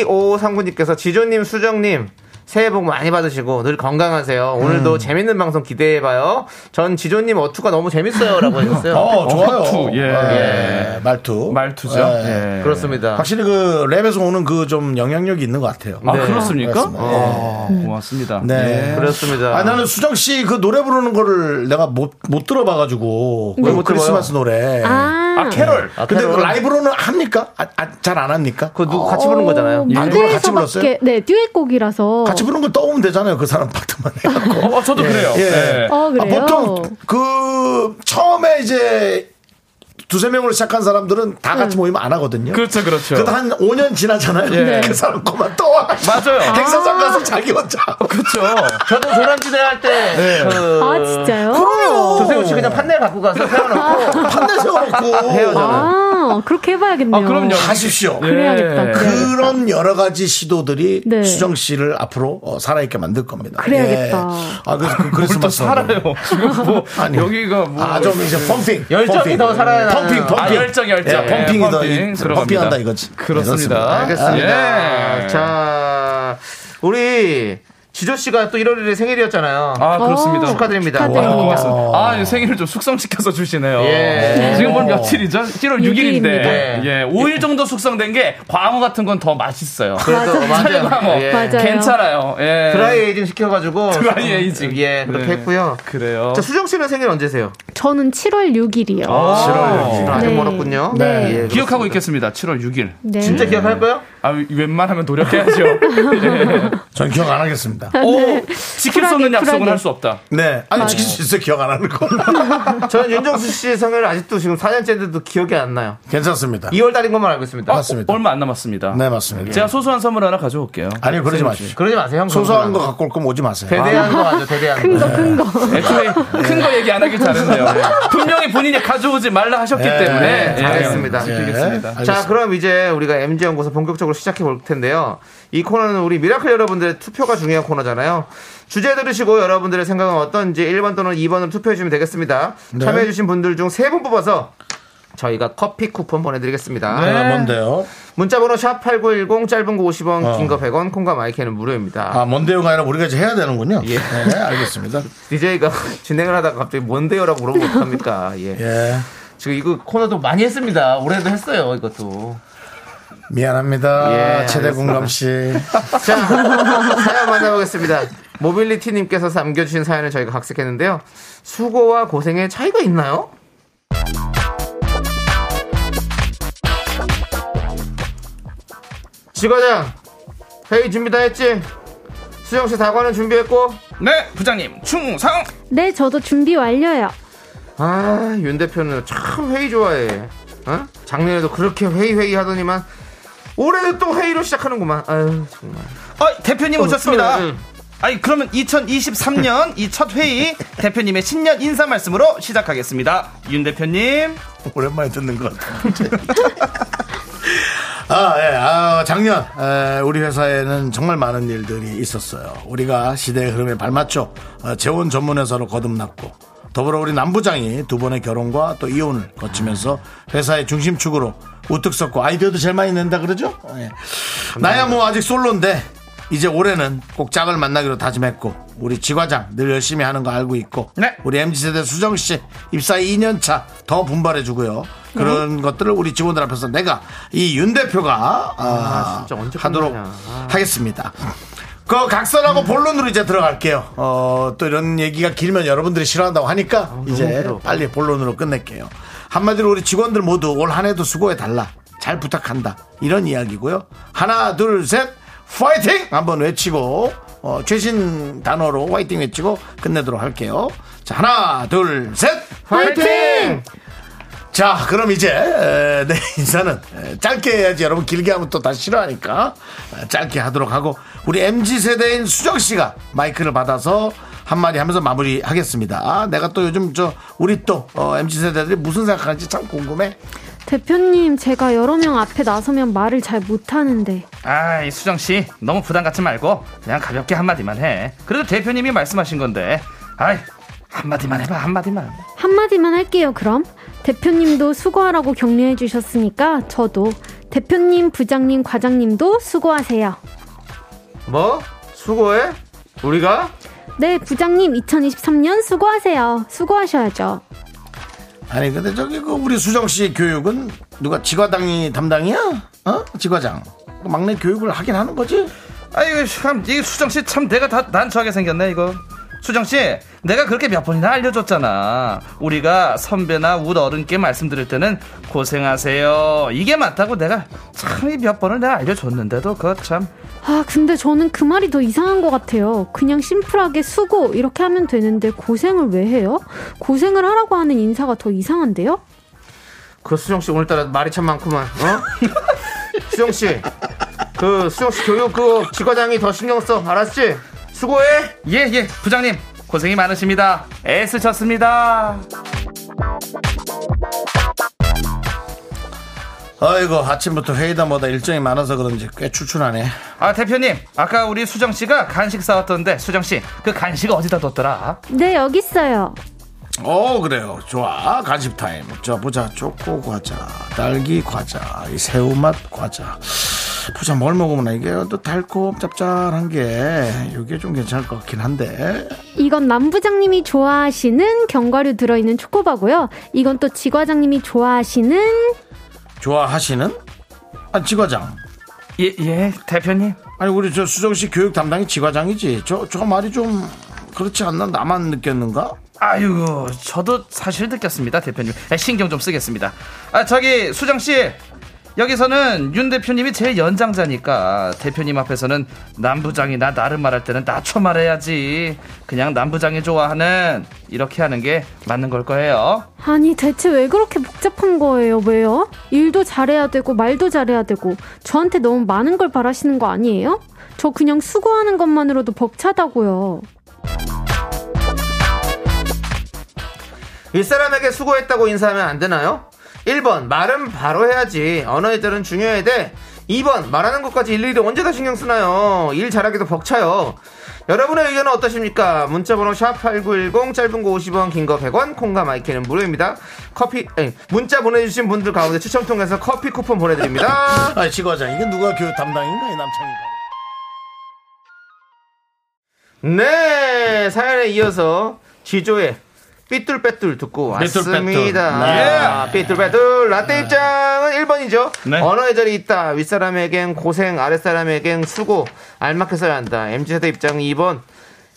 B: K5539님께서 지조님, 수정님, 새해 복 많이 받으시고 늘 건강하세요. 오늘도
H: 음.
B: 재밌는 방송 기대해봐요. 전 지조님 어투가 너무 재밌어요. 라고 해주셨어요.
A: 어 좋아요.
H: 말투, 예.
A: 예, 말투.
H: 말투죠.
A: 예.
H: 예.
B: 그렇습니다.
A: 확실히 그 랩에서 오는 그 좀 영향력이 있는 것 같아요.
H: 아 예.
B: 네.
H: 그렇습니까?
A: 그렇습니다.
H: 어, 고맙습니다.
A: 네.
B: 그렇습니다.
A: 아 나는 수정 씨 그 노래 부르는 거를 내가 못 못 들어봐가지고 그
B: 못
A: 크리스마스 노래.
I: 아,
H: 아 캐롤.
B: 아,
A: 근데
B: 캐롤은-
A: 그 라이브로는 합니까? 아, 잘 안 합니까? 어.
B: 그거 누구 같이 부른 거잖아요.
A: 예. 그걸 같이 불렀어요?
I: 무대에서밖에 네 듀엣곡이라서.
A: 같이 부른 거 떠오면 되잖아요. 그 사람 박트만 해갖고.
H: 어, 어, 저도 그래요.
A: 예.
H: 네.
A: 아,
I: 어 그래요.
A: 보통 그 처음에 이제 두세 명으로 시작한 사람들은
I: 네.
A: 다 같이 모이면 안 하거든요.
H: 그렇죠, 그렇죠.
A: 그래도 한 5년 지나잖아요.
H: 네.
A: 그 사람 거만 떠와.
H: 맞아요.
A: 행사장 가서 자기 혼자.
H: 그렇죠.
B: 저도 조남지대 할때 그...
I: 아 진짜요?
B: 조세호 씨 그냥 판넬 갖고 가서 세워놓고
A: 판대 세워놓고.
B: 헤어져요.
I: 아 그렇게 해봐야겠네요.
H: 아 그럼요.
A: 하십시오.
I: 그래야겠다.
H: 예.
I: 그래야겠다.
A: 그런 여러 가지 시도들이
I: 네.
A: 수정 씨를 앞으로 어, 살아있게 만들 겁니다.
I: 그래야겠다.
A: 예. 아, 그, 그, 그래서
H: 뭘또 살아요. 지금 뭐
A: 아니.
H: 여기가 뭐
A: 아, 좀 이제 펌핑.
B: 열정이
A: 펌핑.
B: 더 살아야
A: 펌핑, 펌핑.
H: 아, 열정,
A: 예,
H: 열정. 예,
A: 펌핑이 더
H: 펌핑
A: 이제
H: 들어갑니다.
A: 펌핑한다 이거지.
H: 그렇습니다.
A: 예,
B: 알겠습니다.
H: 예.
B: 아? 자, 우리 지조 씨가 또 1월 1일 생일이었잖아요.
H: 아 그렇습니다.
I: 어,
B: 축하드립니다.
I: 축하드립니다.
H: 고맙습니아 이제 생일을 좀 숙성시켜서 주시네요.
B: 예.
H: 지금 오늘 며칠이죠? 7월 6일인데
B: 예.
H: 예. 5일 정도 숙성된 게 광어 같은 건 더 맛있어요.
B: 그래도
I: 맞아요. 뭐,
B: 맞아요.
H: 철광어.
B: 예.
I: 맞아요.
H: 괜찮아요. 예.
B: 드라이 에이징 시켜가지고
H: 드라이 에이징.
B: 예 그렇게
H: 네.
B: 했고요.
H: 그래요.
B: 자 수정 씨는 생일 언제세요?
I: 저는 7월 6일이요.
B: 아, 아직 멀었군요.
I: 네.
B: 예,
H: 기억하고
B: 그렇습니다.
H: 있겠습니다. 7월 6일.
I: 네.
B: 진짜 기억할 거요?
H: 아 웬만하면 노력해야죠.
I: 네.
A: 전 기억 안 하겠습니다.
H: 오, 지킬 수 없는
I: 쿨하게,
H: 약속은
I: 쿨하게.
H: 할 수 없다.
A: 네. 아니, 지킬 수 있어. 기억 안 하는 거.
B: 저는 윤정수 씨 생일 아직도 지금 4년째인데도 기억이 안 나요.
A: 괜찮습니다.
B: 2월 달인 것만 알고 있습니다.
A: 맞습니다.
H: 얼마 안 남았습니다.
A: 네, 맞습니다.
H: 제가 소소한 선물 하나 가져올게요.
A: 아니, 그러지 마십시오.
B: 그러지 마세요, 형.
A: 소소한 거 갖고 올 거면 오지 마세요.
B: 대대한 거 네, 아주 대대한 거.
I: 큰 거 큰 거.
H: 애초에 큰 거 얘기 안 하길 잘했네요. 거예요. 분명히 본인이 가져오지 말라 하셨기
A: 네,
H: 때문에.
B: 잘했습니다.
H: 예, 알겠습니다.
B: 자, 그럼 이제 우리가 MG 연구소 본격적으로 시작해 볼 텐데요. 이 코너는 우리 미라클 여러분들의 투표가 중요한 코너잖아요. 주제 들으시고 여러분들의 생각은 어떤지 1번 또는 2번으로 투표해 주면 되겠습니다. 참여해 주신 분들 중 3분 뽑아서 저희가 커피 쿠폰 보내드리겠습니다.
A: 아,
H: 네.
A: 뭔데요?
B: 문자번호 샵 8910 짧은 거 50원, 긴 거 100원, 콩과 마이크는 무료입니다.
A: 아, 뭔데요가 아니라 우리가 이제 해야 되는군요. 예. 알겠습니다.
B: DJ가 진행을 하다가 갑자기 뭔데요라고 물어보면 어떡합니까? 예.
A: 예.
B: 지금 이거 코너도 많이 했습니다. 올해도 했어요, 이것도.
A: 미안합니다.
B: 예,
A: 최대
B: 알겠습니다.
A: 공감 씨.
B: 자, 사연 만나보겠습니다. 모빌리티님께서 남겨주신 사연을 저희가 각색했는데요. 수고와 고생의 차이가 있나요? 지과장, 회의 준비 다 했지? 수정씨 사과는 준비했고?
H: 네, 부장님, 충성!
I: 네, 저도 준비 완료예요.
B: 아, 윤 대표는 참 회의 좋아해. 어? 작년에도 그렇게 회의 회의 하더니만 올해도 또 회의로 시작하는구만. 아유, 정말.
H: 어, 대표님 오셨습니다.
B: 응.
H: 아니, 그러면 2023년 이 첫 회의 대표님의 신년 인사 말씀으로 시작하겠습니다. 윤 대표님.
A: 오랜만에 듣는 것 같아요. 아, 예. 아, 작년 에, 우리 회사에는 정말 많은 일들이 있었어요. 우리가 시대의 흐름에 발맞춰 어, 재혼 전문 회사로 거듭났고 더불어 우리 남부장이 두 번의 결혼과 또 이혼을 거치면서 회사의 중심축으로 우뚝 섰고 아이디어도 제일 많이 낸다 그러죠? 예. 나야 뭐 아직 솔로인데 이제 올해는 꼭 짝을 만나기로 다짐했고 우리 지과장 늘 열심히 하는 거 알고 있고
H: 네.
A: 우리 MZ세대 수정씨 입사 2년차 더 분발해주고요
B: 음.
A: 그런 것들을 우리 직원들 앞에서 내가 이 윤 대표가 아,
B: 진짜 언제
A: 하도록
B: 끝나냐. 아.
A: 하겠습니다 그 각설하고 본론으로 이제 들어갈게요 어, 또 이런 얘기가 길면 여러분들이 싫어한다고 하니까 이제
B: 힘들어.
A: 빨리 본론으로 끝낼게요 한마디로 우리 직원들 모두 올 한 해도 수고해달라 잘 부탁한다 이런 이야기고요 하나 둘 셋 파이팅 한번 외치고 어, 최신 단어로 화이팅 외치고 끝내도록 할게요 자 하나 둘셋
B: 화이팅!
A: 자, 그럼 이제 에, 내 인사는 에, 짧게 해야지 여러분 길게 하면 또 다시 싫어하니까 에, 짧게 하도록 하고 우리 MZ 세대인 수정 씨가 마이크를 받아서 한마디 하면서 마무리하겠습니다. 아, 내가 또 요즘 저 우리 또 어, MZ 세대들이 무슨 생각하는지 참 궁금해.
I: 대표님, 제가 여러 명 앞에 나서면 말을 잘 못하는데.
H: 아이, 수정씨, 너무 부담 갖지 말고 그냥 가볍게 한마디만 해. 그래도 대표님이 말씀하신 건데. 아이, 한마디만 해봐, 한마디만.
I: 한마디만 할게요, 그럼. 대표님도 수고하라고 격려해 주셨으니까 저도 대표님, 부장님, 과장님도 수고하세요.
B: 뭐? 수고해? 우리가?
I: 네, 부장님 2023년 수고하세요. 수고하셔야죠.
A: 아니 근데 저기 그 우리 수정 씨 교육은 누가 지과장이 담당이야? 어? 지과장. 그 막내 교육을 하긴 하는 거지?
H: 아이고, 참, 이 수정씨 참 내가 다 난처하게 생겼네, 이거. 수정씨, 내가 그렇게 몇 번이나 알려줬잖아. 우리가 선배나 우리 어른께 말씀드릴 때는 고생하세요. 이게 맞다고 내가 참 이 몇 번을 내가 알려줬는데도 그거 참.
I: 아, 근데 저는 그 말이 더 이상한 것 같아요. 그냥 심플하게 수고 이렇게 하면 되는데 고생을 왜 해요? 고생을 하라고 하는 인사가 더 이상한데요?
B: 그 수정씨 오늘따라 말이 참 많구만, 어? 수정씨. 그 수정씨 교육 그 지과장이 더 신경 써. 알았지? 수고해!
H: 예, 예, 부장님. 고생이 많으십니다. 애쓰셨습니다.
A: 아이고 아침부터 회의다 뭐다 일정이 많아서 그런지 꽤 출출하네.
H: 아, 대표님. 아까 우리 수정씨가 간식 사왔던데, 수정씨. 그 간식 어디다 뒀더라?
I: 네, 여기 있어요.
A: 어 그래요 좋아 간식 타임 자 보자 초코 과자 딸기 과자 이 새우맛 과자 보자 뭘 먹으면 이게 또 달콤 짭짤한 게 이게 좀 괜찮을 것 같긴 한데
I: 이건 남부장님이 좋아하시는 견과류 들어있는 초코바고요. 이건 또 지과장님이 좋아하시는
A: 좋아하시는 아 지과장
H: 예, 예, 대표님.
A: 아니 우리 저 수정 씨 교육 담당이 지과장이지 저 저 말이 좀 그렇지 않나 나만 느꼈는가
H: 아이고, 저도 사실 느꼈습니다, 대표님. 아, 신경 좀 쓰겠습니다. 아, 저기, 수정씨. 여기서는 윤 대표님이 제일 연장자니까 대표님 앞에서는 남부장이 나 나를 말할 때는 낮춰 말해야지. 그냥 남부장이 좋아하는 이렇게 하는 게 맞는 걸 거예요.
I: 아니 대체 왜 그렇게 복잡한 거예요? 왜요? 일도 잘해야 되고 말도 잘해야 되고 저한테 너무 많은 걸 바라시는 거 아니에요? 저 그냥 수고하는 것만으로도 벅차다고요.
B: 윗사람에게 수고했다고 인사하면 안 되나요? 1번 말은 바로 해야지 언어의절은 중요해야 돼 2번 말하는 것까지 일일이 언제 다 신경 쓰나요 일 잘하기도 벅차요 여러분의 의견은 어떠십니까 문자번호 샵8910 짧은 거 50원 긴 거 100원 콩과 마이크는 무료입니다 커피 아니, 문자 보내주신 분들 가운데 추첨 통해서 커피 쿠폰 보내드립니다
A: 아, 지과장 이게 누가 교육 담당인가 이 남창이가.
B: 네 사연에 이어서 지조의 삐뚤빼뚤 듣고
A: 삐뚤빼뚤.
B: 왔습니다. 삐뚤빼뚤 라떼 입장은 1번이죠.
H: 네.
B: 언어의 절이 있다. 윗사람에겐 고생, 아랫사람에겐 수고, 알맞게 써야 한다. MZ세대 입장은 2번.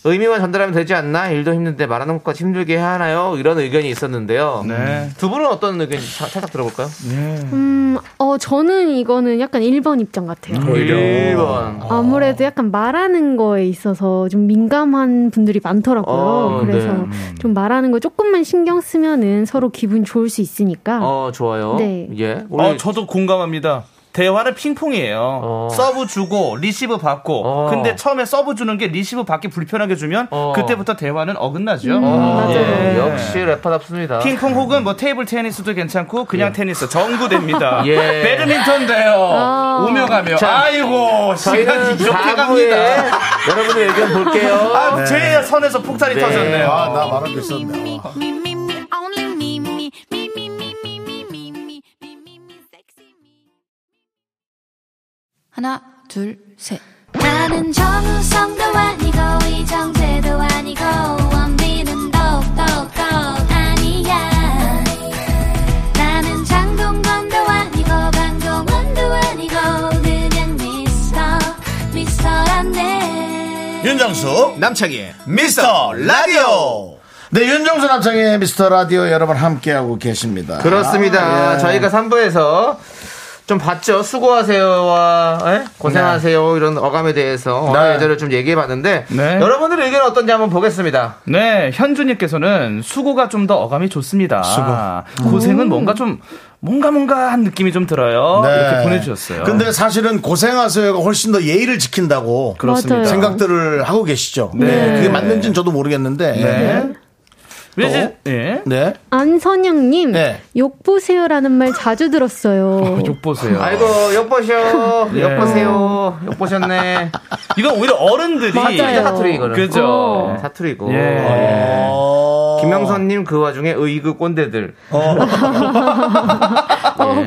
B: 의미만 전달하면 되지 않나? 일도 힘든데 말하는 것까지 힘들게 해야 하나요? 이런 의견이 있었는데요.
H: 네.
B: 두 분은 어떤 의견 살짝 들어볼까요?
I: 음, 어, 저는 이거는 약간 1번 입장 같아요.
B: 오히려. 1번.
I: 아무래도 약간 말하는 거에 있어서 좀 민감한 분들이 많더라고요.
B: 어,
I: 그래서
B: 네.
I: 좀 말하는 거 조금만 신경 쓰면은 서로 기분 좋을 수 있으니까.
B: 어, 좋아요.
I: 네.
B: 예.
H: 어, 저도 공감합니다. 대화는 핑퐁이에요.
B: 어.
H: 서브 주고 리시브 받고.
B: 어.
H: 근데 처음에 서브 주는 게 리시브 받기 불편하게 주면
B: 어.
H: 그때부터 대화는 어긋나죠.
I: 맞아요.
B: 예, 역시 랩하답습니다.
H: 핑퐁 혹은 뭐 테이블 테니스도 괜찮고 그냥 테니스 정구됩니다.
B: 예.
H: 배드민턴 돼요. 오며 가며.
B: 자,
H: 아이고 시간이
B: 저희는
H: 이렇게
B: 사부에
H: 갑니다.
B: 여러분의 의견 볼게요.
H: 아, 제 선에서 폭탄이
B: 네.
H: 터졌네요.
A: 아, 나 말할 게 있었네. 어.
F: Me, me, me, only me, me, me, me, me, me, me, me, me, me, me, me, sexy me.
J: 하나, 둘, 셋.
F: 나는 정우성도 아니고 이정재도 아니고 원빈은 더욱더 아니야 나는 장동건도 아니고 강동원도 아니고 그냥 미스터 미스터란데
A: 윤정수 남창희 미스터 라디오 네 윤정수 남창희 미스터 라디오 여러분 함께하고 계십니다
B: 그렇습니다.
A: 아, 예.
B: 저희가 3부에서 좀 봤죠. 수고하세요와 예? 고생하세요 이런 어감에 대해서 언어
A: 네.
B: 예절을 좀 얘기해 봤는데
H: 네.
B: 여러분들의 의견 어떤지 한번 보겠습니다.
H: 네, 현주님께서는 수고가 좀 더 어감이 좋습니다. 수고. 음. 고생은 뭔가 좀 뭔가 뭔가 한 느낌이 좀 들어요.
A: 네.
H: 이렇게 보내주셨어요.
A: 근데 사실은 고생하세요가 훨씬 더 예의를 지킨다고
H: 그렇습니다.
I: 맞아요.
A: 생각들을 하고 계시죠
H: 그렇죠. 네.
A: 그게 맞는지는 저도 모르겠는데
H: 네. 왠지 예.
A: 네.
I: 안선영님,
A: 네.
I: 욕 보세요라는 말 자주 들었어요.
H: 아, 욕 보세요.
B: 아이고 욕보셔
H: 예.
B: 욕보세요 욕보셨네
H: 이거 오히려 어른들이
I: 맞아요.
B: 사투리 이거는 네,
H: 그죠.
I: 어.
H: 사-
B: 사투리고
H: 예.
A: 어.
B: 김영선님 그 와중에 의그 꼰대들
I: 어,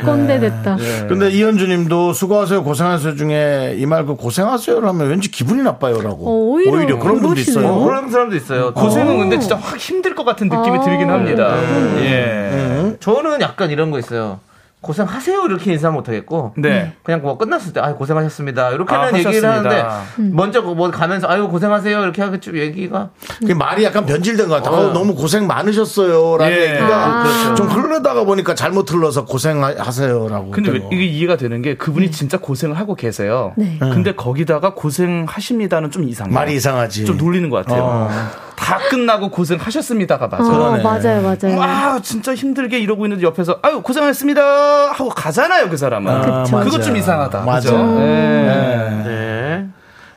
I: 꼰대 됐다.
H: 네.
A: 근데 이현주님도 수고하세요 고생하세요 중에 이 말 그 고생하세요를 하면 왠지 기분이 나빠요라고
I: 어, 오히려
A: 그런 분도 있어요
I: 그러시네요.
B: 어, 그런 사람도 있어요.
H: 고생은 근데 진짜 확 힘들 것 같은 느낌이
I: 아.
H: 들긴 합니다. 예.
B: 저는 약간 이런 거 있어요. 고생하세요 이렇게 인사 못 하겠고
H: 네.
B: 그냥 뭐 끝났을 때 아유 고생하셨습니다 이렇게는
H: 아,
B: 얘기를 하는데
H: 하셨습니다. 음.
B: 먼저 뭐 가면서 아유 고생하세요 이렇게 하고 쭉 얘기가
A: 그게 말이 약간 변질된 것 같아요.
B: 어.
A: 어, 너무 고생 많으셨어요라는
H: 예.
A: 얘기가
I: 아,
B: 그렇죠.
A: 좀 흐르다가 보니까 잘못 흘러서 고생하세요라고.
H: 근데 왜
A: 되고.
H: 이게 이해가 되는 게 그분이 진짜 고생을 하고 계세요.
I: 네.
H: 근데 거기다가 고생하십니다는 좀 이상해요.
A: 말이 이상하지.
H: 좀 놀리는 것 같아요. 다 끝나고 고생하셨습니다가
I: 어,
H: 맞아.
I: 맞아요,
A: 네.
I: 맞아요.
H: 와 진짜 힘들게 이러고 있는데 옆에서 아유 고생하셨습니다 하고 가잖아요 그 사람은
A: 그쵸.
H: 그것 좀 이상하다
A: 맞아.
H: 그죠? 네.
B: 네.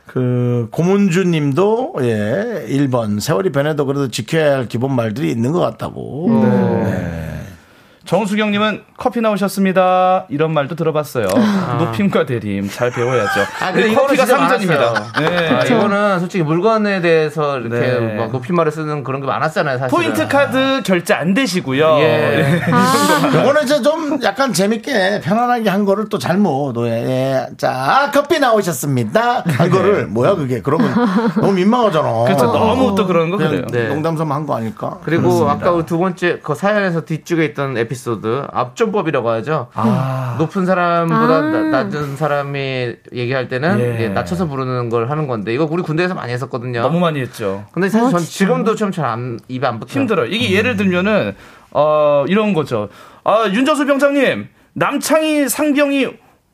A: 그 고문주 님도 예, 1번 세월이 변해도 그래도 지켜야 할 기본 말들이 있는 것 같다고.
H: 네. 정수경님은 커피 나오셨습니다 이런 말도 들어봤어요 높임과 대림 잘 배워야죠
B: 아, 근데
H: 이
B: 이거는
H: 네, 커피가
B: 진짜
H: 3점입니다 네.
B: 아, 이거는 솔직히 물건에 대해서 이렇게
H: 네.
B: 막 높임말을 쓰는 그런 게 많았잖아요 사실
H: 포인트 카드 결제 안 되시고요 네.
B: 예.
I: 아,
A: 네. 요거는 이제 좀 약간 재밌게 편안하게 한 거를 또 잘못 예, 예. 자 커피 나오셨습니다 한 거를 뭐야 그게 그러면 너무 민망하잖아.
H: 네. 그렇죠 너무 또 그런 거
A: 그냥
H: 그래요
B: 네.
A: 농담삼아 한 거 아닐까?
B: 그리고 아까 우리 두 번째 그 사연에서 뒤쪽에 있던 에피소드 앞존법이라고 하죠. 높은 사람보다
I: 아.
B: 나- 낮은 사람이 얘기할 때는
H: 예.
B: 예, 낮춰서 부르는 걸 하는 건데 이거 우리 군대에서 많이 했었거든요.
H: 너무 많이 했죠
B: 근데
I: 아,
B: 사실 전 지금도 좀 잘 안 입에 안 붙어요.
H: 힘들어요. 이게 예를 들면은 어 이런 거죠. 아 윤정수 병장님 남창희 상병이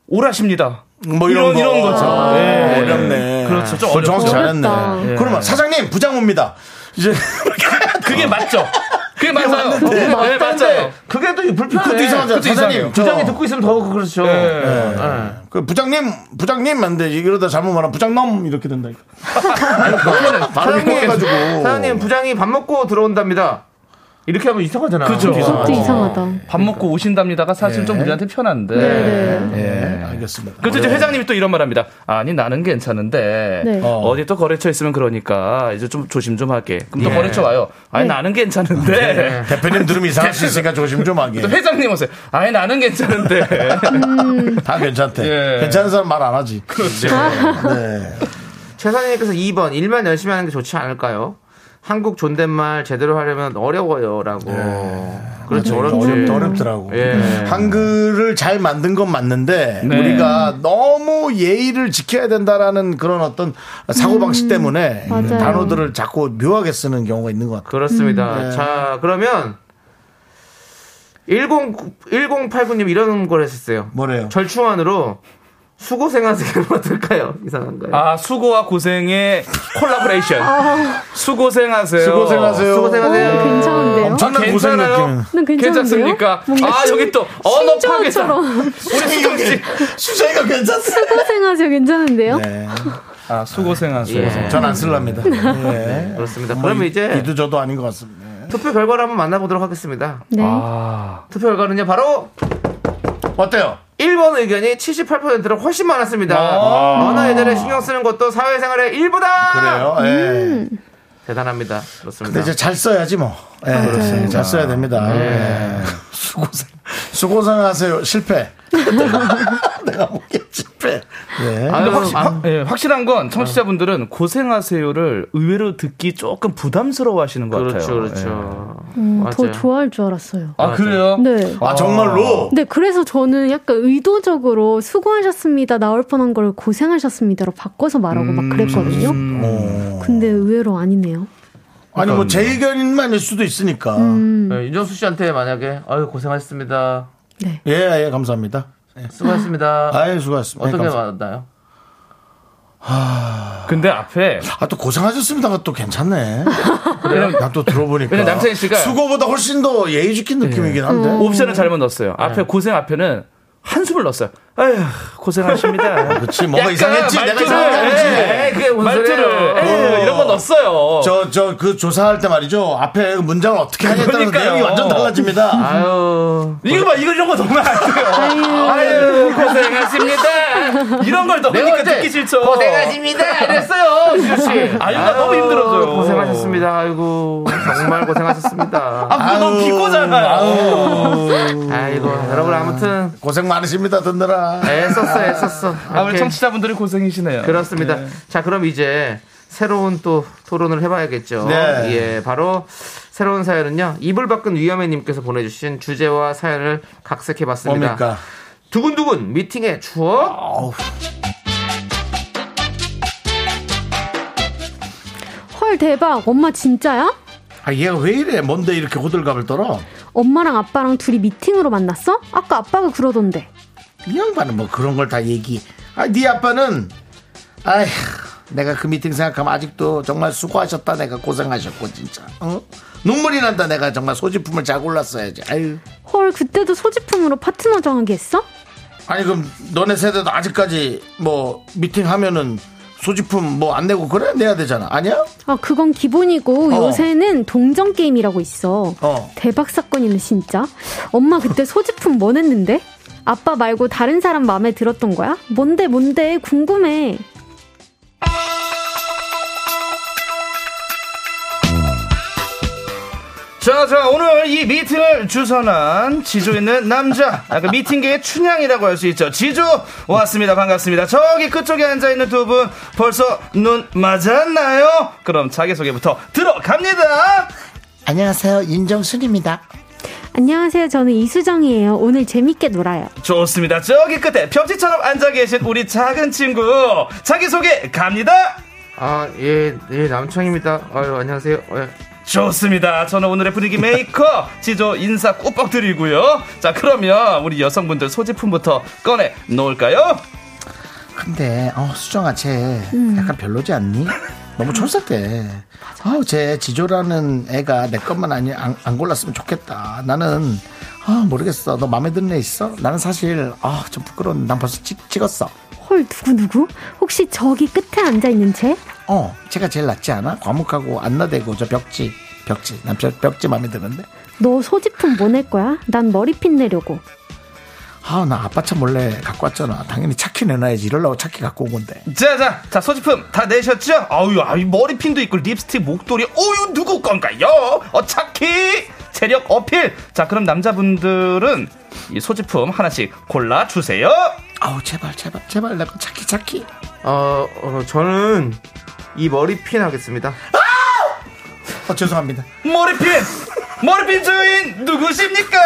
H: 오라십니다.
A: 뭐 이런 거.
H: 이런 거죠.
A: 아,
H: 예.
A: 어렵네.
H: 그렇죠. 좀
A: 그걸 정확히
H: 어렵죠.
A: 잘했네.
I: 어렵다.
A: 그러면 사장님 부장옵니다. 이제
H: 그게 맞죠. 그게 맞아요.
A: 맞는데.
H: 그게
A: 그게
H: 맞- 맞아요.
B: 그게 또 불편해.
A: 그것도 이상하잖아.
H: 그것도
A: 사장님
H: 이상해요.
A: 저-
B: 부장이 듣고 있으면 더 그렇죠.
H: 예.
B: 예.
A: 그 부장님 부장님 안 돼. 이러다 잘못 말하면 부장놈 이렇게 된다. 발음이 해가지고
B: 사장님 부장이 밥 먹고 들어온답니다. 이렇게 하면 이상하잖아.
H: 그죠.
B: 어.
I: 그것도 이상하다.
H: 밥
A: 그러니까.
H: 먹고 오신답니다가 사실 좀 우리한테 편한데.
I: 네,
A: 예, 알겠습니다.
H: 그래서 이제 회장님이 또 이런 말합니다. 아니 나는 괜찮은데
I: 네.
H: 어. 어디 또 거래처 있으면 그러니까 이제 좀 조심 좀 할게. 그럼 또
B: 예.
H: 거래처 와요. 아니
I: 네.
H: 나는 괜찮은데.
A: 네. 대표님 들으면 이상할 수 있으니까 조심 좀 하게.
H: 또 회장님 오세요. 아니 나는 괜찮은데.
A: 다 괜찮대.
H: 예.
A: 괜찮은 사람 말 안 하지. 네.
B: 최선희님께서 2번 일만 열심히 하는 게 좋지 않을까요? 한국 존댓말 제대로 하려면 어려워요라고.
I: 아, 네.
B: 그렇죠. 어렵지.
A: 어렵, 어렵더라고.
B: 예.
A: 한글을 잘 만든 건 맞는데
H: 네.
A: 우리가 너무 예의를 지켜야 된다라는 그런 어떤 사고 방식 때문에
I: 맞아요.
A: 단어들을 자꾸 묘하게 쓰는 경우가 있는 것 같아요. 음,
B: 그렇습니다.
A: 네.
B: 자 그러면 10 1089님 이런 걸 했었어요.
A: 뭐래요?
B: 절충안으로 수고생하세요 어떨까요? 이상한가요?
H: 아 수고와 고생의 콜라보레이션.
A: 아.
H: 수고생하세요.
A: 수고생하세요.
B: 수고생하세요.
I: 괜찮은데요?
A: 엄청난
H: 아,
A: 고생 느낌.
H: 괜찮아요.
I: 난 괜찮은데요?
H: 괜찮습니까?
I: 뭔가
H: 아
I: 심-
H: 여기 또 언어 파괴자.
I: 심정처럼
A: 수정이가 괜- 수정이가 괜찮습니다.
I: 수고생하세요 괜찮은데요?
A: 네.
H: 아 수고생하세요.
B: 예.
A: 전안 쓸랍니다. 예.
B: 그렇습니다.
A: 뭐
B: 그러면
A: 이-
B: 이제
A: 이도 저도 아닌 것 같습니다.
B: 투표 결과를 한번 만나보도록 하겠습니다.
I: 네.
H: 아
B: 투표 결과는요 바로
A: 어때요?
B: 1번 의견이 78%로 훨씬 많았습니다.
A: 아.
B: 언어 예절에 신경 쓰는 것도 사회생활의 일부다.
A: 그래요. 예.
B: 대단합니다. 그렇습니다.
A: 근데 이제 잘 써야지 뭐. 예, 그렇습니다. 잘 써야 됩니다. 예. 수고생, 수고생 하세요. 실패. 내가 보기엔 실패. 예.
H: 근데
B: 아유,
H: 확실,
B: 아,
H: 확- 예, 확실한 건
A: 아.
H: 청취자분들은 고생하세요를 의외로 듣기 조금 부담스러워 하시는 것
B: 그렇죠,
H: 같아요.
B: 그렇죠.
I: 음, 더
B: 맞아요.
I: 좋아할 줄 알았어요.
H: 예. 아, 그래요?
I: 네.
A: 아, 정말로?
I: 네, 그래서 저는 약간 의도적으로 수고하셨습니다 나올 뻔한 걸 고생하셨습니다로 바꿔서 말하고 막 그랬거든요. 근데 의외로 아니네요.
A: 아니, 뭐, 제 의견만일 수도 있으니까.
B: 네, 윤정수 씨한테 만약에 아유 고생하셨습니다.
I: 네.
A: 예, 예, 감사합니다.
H: 네.
B: 수고하셨습니다.
A: 아유, 예, 수고하셨습니다.
B: 어떻게
A: 감사-
B: 맞나요?
H: 근데 앞에
A: 아, 또 고생하셨습니다가 또 괜찮네. 나 또 들어보니까.
H: 왜냐면 남창희 씨가-
A: 수고보다 훨씬 더 예의지킨 느낌이긴 한데.
H: 옵션을 잘못
A: 음.
H: 넣었어요.
A: 네.
H: 앞에 고생 앞에는 한숨을 넣었어요. 아휴, 고생하십니다.
A: 그렇지, 뭔가 이상했지. 내가 이상한 거지. 어.
H: 말투를, 에이, 그게
B: 네.
H: 무슨
B: 말투를, 네.
H: 소리예요. 네. 에이, 이런 거 넣었어요.
A: 저, 저, 그 조사할 때 말이죠. 앞에 문장을 어떻게 하겠다는
H: 그러니까요.
A: 내용이 완전 달라집니다.
B: 아유
H: 이거 봐, 이거 이런 거 넣으면 안 돼요. 아유, 고생하십니다. 이런 걸 넣으니까
B: 어제
H: 듣기 싫죠.
B: 고생하십니다. 이랬어요, 지수 씨.
H: 아유, 나 너무 힘들어져요.
B: 고생하셨습니다. 아이고 정말 고생하셨습니다.
H: 아, 음. 그거 너무 비꼬잖아요.
B: 아이고 여러분 아무튼
A: 고생 많으십니다, 듣느라.
H: 네.
B: 애썼어, 애썼어.
H: 아, 우리
B: 이렇게
H: 청취자분들이 고생이시네요.
B: 그렇습니다. 자, 그럼 이제 새로운 또 토론을 해봐야겠죠.
A: 네.
B: 예, 바로 새로운 사연은요. 이불 밖은 위험해님께서 보내주신 주제와 사연을 각색해봤습니다.
A: 뭡니까?
B: 두근두근 미팅의 추억.
I: 헐 대박. 엄마 진짜야?
A: 아, 얘가 왜 이래? 뭔데 이렇게 호들갑을 떨어?
I: 엄마랑 아빠랑 둘이 미팅으로 만났어? 아까 아빠가 그러던데.
A: 이 양반은 뭐 그런 걸 다 얘기. 아, 네 아빠는, 아휴, 내가 그 미팅 생각하면 아직도 정말 수고하셨다. 내가 고생하셨고, 진짜. 어? 눈물이 난다. 내가 정말 소지품을 잘 골랐어야지. 아유.
I: 헐 그때도 소지품으로 파트너 정하기 했어?
A: 아니, 그럼 너네 세대도 아직까지 뭐 미팅 하면은 소지품 뭐 안 내고 그래? 내야 되잖아. 아니야?
I: 아 그건 기본이고
A: 어.
I: 요새는 동전 게임이라고 있어.
A: 어.
I: 대박 사건이네 진짜. 엄마 그때 소지품 뭐 냈는데? 아빠 말고 다른 사람 마음에 들었던 거야? 뭔데 뭔데 궁금해.
H: 자, 자, 오늘 이 미팅을 주선한 지조 있는 남자. 약간 미팅계의 춘향이라고 할 수 있죠. 지조 왔습니다. 반갑습니다. 저기 끝쪽에 앉아있는 두 분 벌써 눈 맞았나요? 그럼 자기소개부터 들어갑니다.
A: 안녕하세요. 윤정순입니다.
I: 안녕하세요. 저는 이수정이에요. 오늘 재밌게 놀아요.
H: 좋습니다. 저기 끝에 벽지처럼 앉아 계신 우리 작은 친구. 자기소개 갑니다.
B: 아, 예, 예, 남창입니다. 아유, 안녕하세요. 예.
H: 좋습니다. 저는 오늘의 분위기 메이커 지조 인사 꼬박 드리고요. 자, 그러면 우리 여성분들 소지품부터 꺼내 놓을까요?
A: 근데 어, 수정아 쟤 약간 별로지 않니? 너무 촌스럽대. 아우 쟤 지조라는 애가 내 것만 아니 안, 안 골랐으면 좋겠다. 나는 아 모르겠어. 너 마음에 드는 애 있어? 나는 사실 아좀 부끄러운데 난 벌써 찍, 찍었어.
I: 헐 누구 누구? 혹시 저기 끝에 앉아 있는 쟤?
A: 어, 제가 제일 낫지 않아? 과묵하고 안나대고 저 벽지. 벽지. 난 벽, 벽지 마음에 드는데.
I: 너 소지품 뭐 낼 거야? 난 머리핀 내려고.
A: 아, 나 아빠 차 몰래 갖고 왔잖아. 당연히 차키 내놔야지. 이럴라고 차키 갖고 온 건데.
H: 자, 자, 자, 소지품 다 내셨죠? 아유, 아유, 머리핀도 있고, 립스틱, 목도리, 어유, 누구 건가요? 어차피! 체력 어필! 자, 그럼 남자분들은 이 소지품 하나씩 골라주세요!
A: 아우, 제발, 제발, 제발. 나 차키, 차키.
B: 어, 어, 저는 이 머리핀 하겠습니다.
A: 아, 죄송합니다.
H: 머리핀! 머리핀 주인 누구십니까?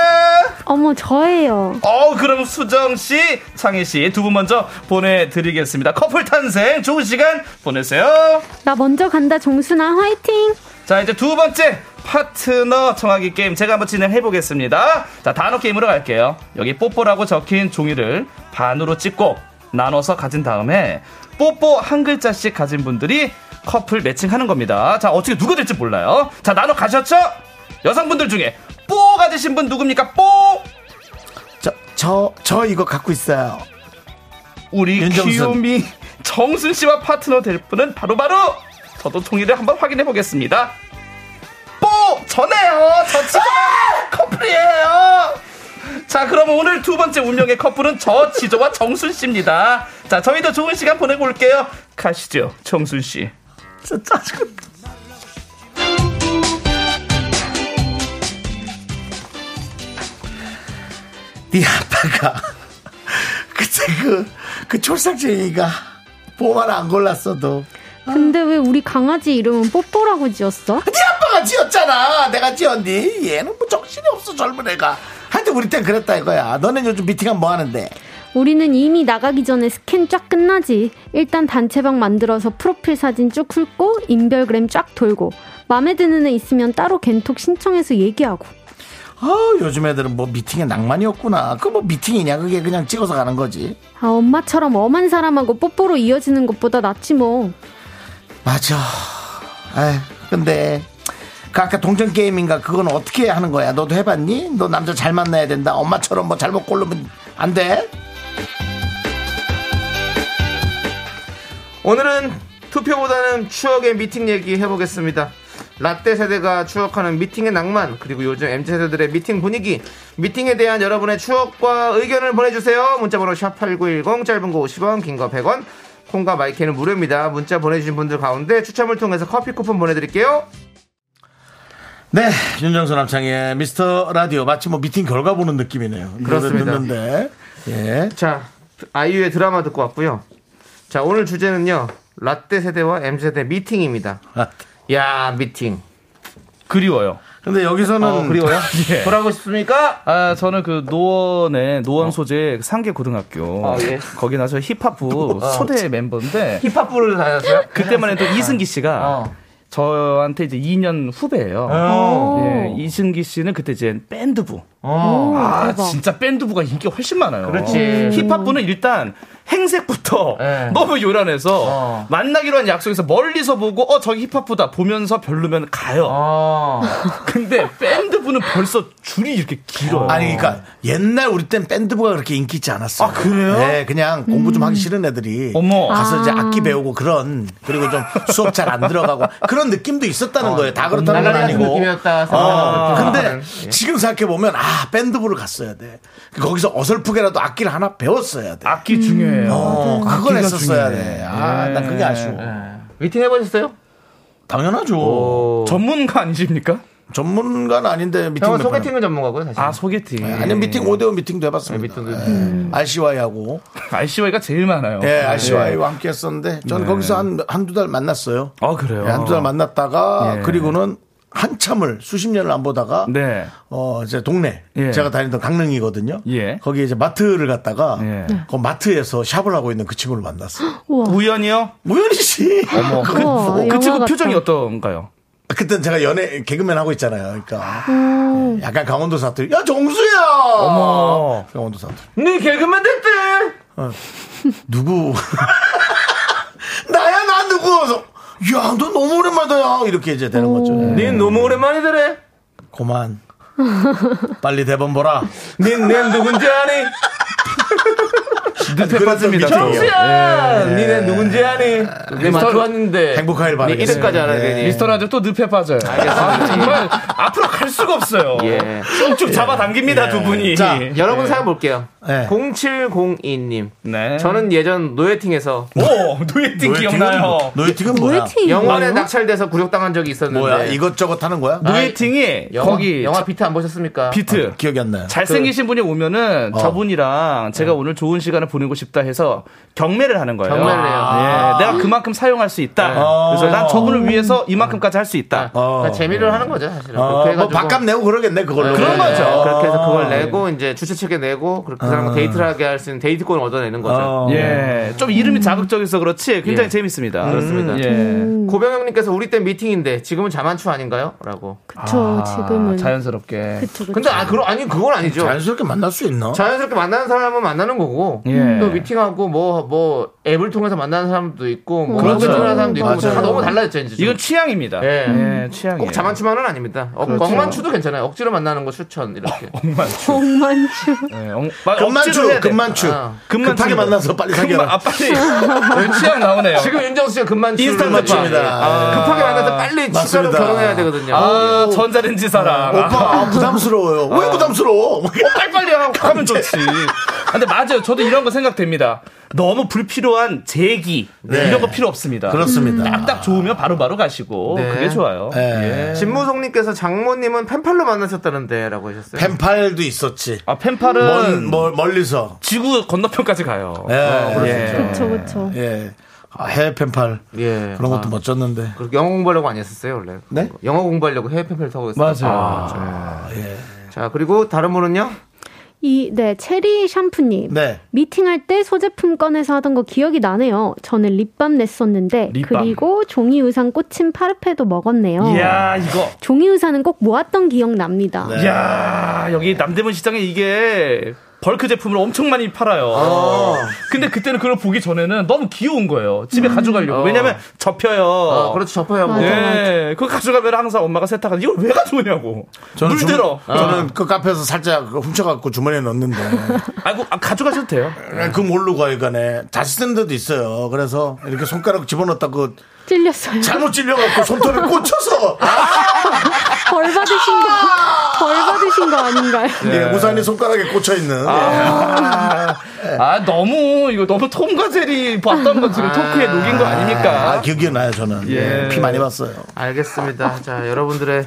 I: 어머, 저예요.
H: 어, 그럼 수정씨, 창희씨 두 분 먼저 보내드리겠습니다. 커플 탄생 좋은 시간 보내세요!
I: 나 먼저 간다, 정순아. 화이팅!
H: 자 이제 두 번째 파트너 청하기 게임 제가 한번 진행해 보겠습니다. 자 단어 게임으로 갈게요. 여기 뽀뽀라고 적힌 종이를 반으로 찍고 나눠서 가진 다음에 뽀뽀 한 글자씩 가진 분들이 커플 매칭하는 겁니다. 자 어떻게 누가 될지 몰라요. 자 나눠 가셨죠? 여성분들 중에 뽀 가지신 분 누굽니까? 뽀
A: 저, 저, 저 이거 갖고 있어요.
H: 우리
A: 윤정순.
H: 귀요미 정순 씨와 파트너 될 분은 바로바로 저도 종이를 한번 확인해 보겠습니다. 뽀 전해요. 저 지금
B: 아!
H: 커플이에요. 자, 그럼 오늘 두 번째 운명의 커플은 저 지조와 정순 씨입니다. 자, 저희도 좋은 시간 보내고 올게요. 가시죠, 정순 씨.
A: 진짜 짜증. 네 아빠가 그때 그, 그 촐싹쟁이가 보말 안 골랐어도
I: 근데 왜 우리 강아지 이름은 뽀뽀라고 지었어?
A: 네 아빠가 지었잖아 내가 지었니 얘는 뭐 정신이 없어 젊은 애가 하여튼 우리 땐 그랬다 이거야 너는 요즘 미팅하면 뭐 하는데
I: 우리는 이미 나가기 전에 스캔 쫙 끝나지. 일단 단체방 만들어서 프로필 사진 쭉 훑고, 인별그램 쫙 돌고, 마음에 드는 애 있으면 따로 겐톡 신청해서 얘기하고.
A: 아 요즘 애들은 뭐 미팅에 낭만이 없구나 그 뭐 미팅이냐 그게 그냥 찍어서 가는 거지
I: 아, 엄마처럼 엄한 사람하고 뽀뽀로 이어지는 것보다 낫지 뭐.
A: 맞아. 아 근데 그 아까 동전 게임인가 그건 어떻게 하는 거야? 너도 해봤니? 너 남자 잘 만나야 된다. 엄마처럼 뭐 잘못 고르면 안 돼.
B: 오늘은 투표보다는 추억의 미팅 얘기 해보겠습니다. 라떼 세대가 추억하는 미팅의 낭만 그리고 요즘 MZ 세대들의 미팅 분위기 미팅에 대한 여러분의 추억과 의견을 보내주세요. 문자번호 샵8910 짧은 거 50원 긴 거 100원 콩과 마이크는 무료입니다. 문자 보내주신 분들 가운데 추첨을 통해서 커피 쿠폰 보내드릴게요.
A: 네, 윤정수 남창의 미스터 라디오 마치 뭐 미팅 결과 보는 느낌이네요. 이 노래
B: 그렇습니다.
A: 듣는데 예,
B: 자 아이유의 드라마 듣고 왔고요. 자 오늘 주제는요 라떼 세대와 MZ 세대 미팅입니다.
A: 아,
B: 야 미팅
H: 그리워요.
A: 근데 여기서는
B: 어, 그리워요? 돌아가고 싶습니까?
H: 아, 저는 그 노원의 노원 소재 상계 고등학교.
B: 아, 예.
H: 거기 나서 힙합부 초대 멤버인데.
B: 힙합부를 다녔어요?
H: 그때만 해도 이승기 씨가
B: 어.
H: 저한테 이제 2년 후배예요.
B: 어.
H: 예, 이승기 씨는 그때 이제 밴드부.
B: 어.
H: 아,
I: 대박.
H: 진짜 밴드부가 인기 가 훨씬 많아요. 어.
B: 그렇지.
H: 힙합부는 일단 행색부터
B: 네.
H: 너무 요란해서
B: 어.
H: 만나기로 한 약속에서 멀리서 보고 어 저기 힙합부다 보면서 별로면 가요.
B: 어.
H: 근데 밴드부는 벌써 줄이 이렇게 길어요.
A: 아니 그러니까 옛날 우리 땐 밴드부가 그렇게 인기 있지 않았어요. 아.
H: 아, 그래요?
A: 네, 그냥 공부 좀 하기 싫은 애들이
H: 어머.
A: 가서 이제 악기 배우고 그런 그리고 좀 수업 잘 안 들어가고 그런 느낌도 있었다는 거예요. 다 그렇다는 건
B: 나가리 어, 같은
A: 아니고.
B: 느낌이었다
A: 어,
B: 생각하는
A: 근데
B: 느낌.
A: 지금 생각해 보면 아 밴드부를 갔어야 돼. 거기서 어설프게라도 악기를 하나 배웠어야 돼.
H: 악기 중요해요.
A: 어, 그걸
H: 아, 악기가
A: 했었어야
H: 중요해.
A: 돼. 아, 난 그게 아쉬워.
B: 미팅 해보셨어요?
A: 당연하죠.
H: 전문가 아니십니까?
A: 전문가는 아닌데 미팅
B: 형은
A: 몇 번.
B: 소개팅을 전문가고요 사실
H: 아 소개팅.
A: 해. 아니면 미팅 5대5 미팅도 해봤습니다. 예.
B: 미팅도
A: RCY하고
H: RCY가 제일 많아요. 네.
A: 예, RCY와 함께 했었는데, 전 거기서 한, 한두 달 만났어요. 예,
H: 아 그래요.
A: 한두 달 만났다가,
H: 예.
A: 그리고는 한참을, 수십 년을 안 보다가,
H: 네.
A: 어, 이제 동네,
H: 예.
A: 제가 다니던 강릉이거든요.
H: 예.
A: 거기에 이제 마트를 갔다가,
H: 예.
A: 그 마트에서 샵을 하고 있는 그 친구를 만났어요.
H: 우연이요?
A: 우연히 씨! 그,
I: 우와, 영화
H: 그 친구
I: 같다.
H: 표정이 어떤가요?
A: 아, 그땐 제가 연애, 개그맨 하고 있잖아요. 그러니까. 약간 강원도 사투리. 야, 정수야!
H: 어머.
A: 강원도 사투리. 어.
B: 네 개그맨 됐대
A: 누구? 나야 나 누구? 야너 너무 오랜만이다 야. 이렇게 이제 되는 거죠. 네.
B: 닌 너무 오랜만이더래
A: 고만.
K: 네,
A: 빨리 대본 보라.
B: 닌 낸 누군지 아니 눈에 빠집니다.
A: 미쳐요.
B: 정수야, 니네 누군지 아니? 내
K: 미스터- 예.
B: 맞춰 왔는데.
A: 예. 행복할
B: 네
A: 바라겠습니다.
B: 이름까지 알아야 되니.
K: 미스터 라디오 또 늪에 빠져요. 아, 정말 앞으로 갈 수가 없어요.
B: 예.
K: 쭉쭉 잡아당깁니다 두 분이.
A: 예. 자,
B: 여러분 사연 볼게요.
A: 예.
B: 0702님.
K: 네.
B: 저는 예전 노예팅에서
K: 오 노예팅 기억나요.
A: 노예팅은 뭐야?
I: 노예팅
B: 영원에
I: 있나요?
B: 낙찰돼서 구력당한 적이 있었는데. 아,
A: 뭐야?
K: 네.
A: 이것저것 하는 거야?
K: 노예팅이
B: 영화,
K: 거기
B: 영화 비트 안 보셨습니까?
K: 비트.
A: 기억이 안 나요.
K: 잘생기신 분이 오면은
A: 어.
K: 저분이랑 제가 오늘 좋은 시간을 보내고 싶다 해서 경매를 하는 거예요.
B: 경매를 해요.
K: 예, 내가 그만큼 사용할 수 있다.
A: 네.
K: 그래서 난 저분을 위해서 이만큼까지 할 수
B: 음.
K: 있다.
A: 어.
B: 그냥 그러니까 재미로 하는 거죠 사실은.
A: 어,
B: 그렇게
A: 뭐
B: 해가지고
A: 밥값 내고 그러겠네 네. 그걸로.
B: 네,
K: 그런 거죠.
B: 그렇게 해서 그걸 내고 이제 주최 측에 내고 그렇게 그 사람과
A: 아.
B: 데이트를 하게 할 수 있는 데이트권을 얻어내는 거죠.
A: 어.
K: 예, 좀 이름이 자극적이어서 그렇지 굉장히
B: 예.
K: 재밌습니다.
B: 그렇습니다.
K: 예.
B: 고병영님께서 우리 때 미팅인데 지금은 자만추 아닌가요? 라고.
I: 그쵸 지금은
K: 자연스럽게.
I: 그쵸 그쵸
B: 근데 아 그럼 아니 그건 아니죠.
A: 자연스럽게 만날 수 있나?
B: 자연스럽게 만나는 사람은 만나는 거고
K: 예.
B: 또 미팅하고 뭐 뭐 앱을 통해서 만나는 사람도 있고 뭐
I: 그렇죠.
B: 그렇죠. 만나는 사람도 있고
A: 맞아요.
B: 다 너무 달라졌죠 이제. 좀.
K: 이건 취향입니다.
B: 예.
A: 음.
K: 예, 취향이에요. 그렇죠.
B: 꼭 자만추만은 아닙니다. 억, 억만추도 괜찮아요. 억지로 만나는 거 추천 이렇게.
I: 정만추
K: 예, 엉- 막 억지로 해야 돼.
A: 금만추, 금만추.
B: 아.
K: 금만추.
A: 급하게 만나서 빨리
K: 금방
A: 사귀라.
K: 아 빨리 예, 취향 나오네요.
B: 지금 윤정수 씨가 금만추
K: 인스턴트
A: 맞춥니다.
B: 급하게 만나서 빨리 진짜로
A: 맞습니다.
B: 결혼해야 되거든요.
K: 아 전자레인지 사랑. 아,
A: 오빠 아, 부담스러워요. 왜 부담스러워? 막 이렇게.
K: 빨리빨리 하고 하면 좋지. 근데 맞아요. 저도 이런 거 생각됩니다. 너무 불필요한 제기 이런 거 필요 없습니다.
A: 그렇습니다.
K: 딱딱 좋으면 바로바로 가시고
B: 네.
K: 그게 좋아요.
A: 예.
B: 진무송님께서 장모님은 펜팔로 만나셨다는데라고 하셨어요.
A: 펜팔도 있었지.
K: 아 펜팔은
A: 먼, 멀, 멀리서.
K: 지구 건너편까지 가요.
A: 예.
K: 예.
I: 그쵸 그쵸
A: 예. 아, 해외 펜팔.
B: 예.
A: 그런 것도
B: 아,
A: 멋졌는데.
B: 그렇게 영어 공부하려고 안 했었어요 원래.
A: 네?
B: 영어 공부하려고 해외 펜팔 타고 있어요. 네.
A: 아, 예.
B: 자 그리고 다른 분은요.
I: 이 네 체리 샴푸님
A: 네.
I: 미팅할 때 소제품 꺼내서 하던 거 기억이 나네요. 저는 립밤 냈었는데
K: 립밤.
I: 그리고 종이 의상 꽂힌 파르페도 먹었네요.
K: 이야 이거.
I: 종이 의상은 꼭 모았던 기억 납니다.
A: 네.
K: 이야 여기 남대문 시장에 이게 벌크 제품을 엄청 많이 팔아요. 근데 그때는 그걸 보기 전에는 너무 귀여운 거예요. 집에 가져가려고. 왜냐면 접혀요.
B: 어, 그렇죠 접어야 뭐.
I: 맞아.
K: 예, 그거 가져가면 항상 엄마가 세탁하는 이걸 왜 가져오냐고.
A: 저는 주-
K: 물들어.
A: 저는 그 카페에서 살짝 그거 훔쳐갖고 주머니에 넣는데.
K: 아이고, 아, 가져가셔도 돼요.
A: 그 모르고 가여간에 다시 쓰는 데도 있어요. 그래서 이렇게 손가락 집어넣었다 그
I: 찔렸어요.
A: 잘못 찔려갖고 손톱에 꽂혀서
I: 벌 받으신 거, 벌 받으신 거 아닌가요?
A: 예, 우산이 손가락에 꽂혀 있는.
K: 아, 너무, 이거 너무 톰과 제리 봤던 거 지금 토크에 녹인 거
A: 아,
K: 아닙니까?
A: 기억이 나요, 저는.
K: 예.
A: 예, 피 많이 봤어요.
B: 알겠습니다. 자 여러분들의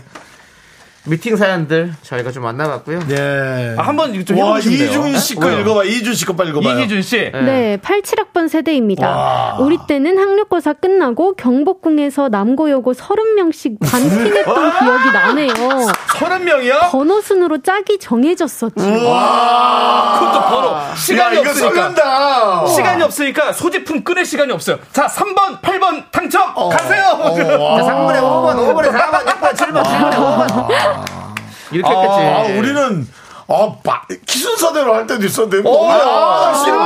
B: 미팅 사연들 저희가 좀 만나봤고요.
A: 예.
K: 아, 한번 이거 좀
A: 와,
K: 해보시면 돼요.
A: 이준 씨거 읽어봐. 이준 씨거 빨리 읽어봐요.
K: 이기준 씨.
I: 네, 87학번 세대입니다. 우리 때는 학력고사 끝나고 경복궁에서 남고여고 30명씩 반팅했던 기억이 나네요.
K: 서른 명이야?
I: 번호 순으로 짝이 정해졌었죠.
K: 그것도 번호.
A: 야,
K: 시간이
A: 이거
K: 없으니까.
A: 설렌다.
K: 시간이 없으니까 소지품 끊을 시간이 없어요. 자, 3번, 8번 당첨!
H: 어.
K: 가세요!
B: 자, 3분의 5번, 5번에 4번, 6번, 7번, 7번, 5번. 이렇게 했겠지.
A: 아, 우리는, 어, 바, 기순서대로 할 때도 있었는데. 어, 아, 싫어.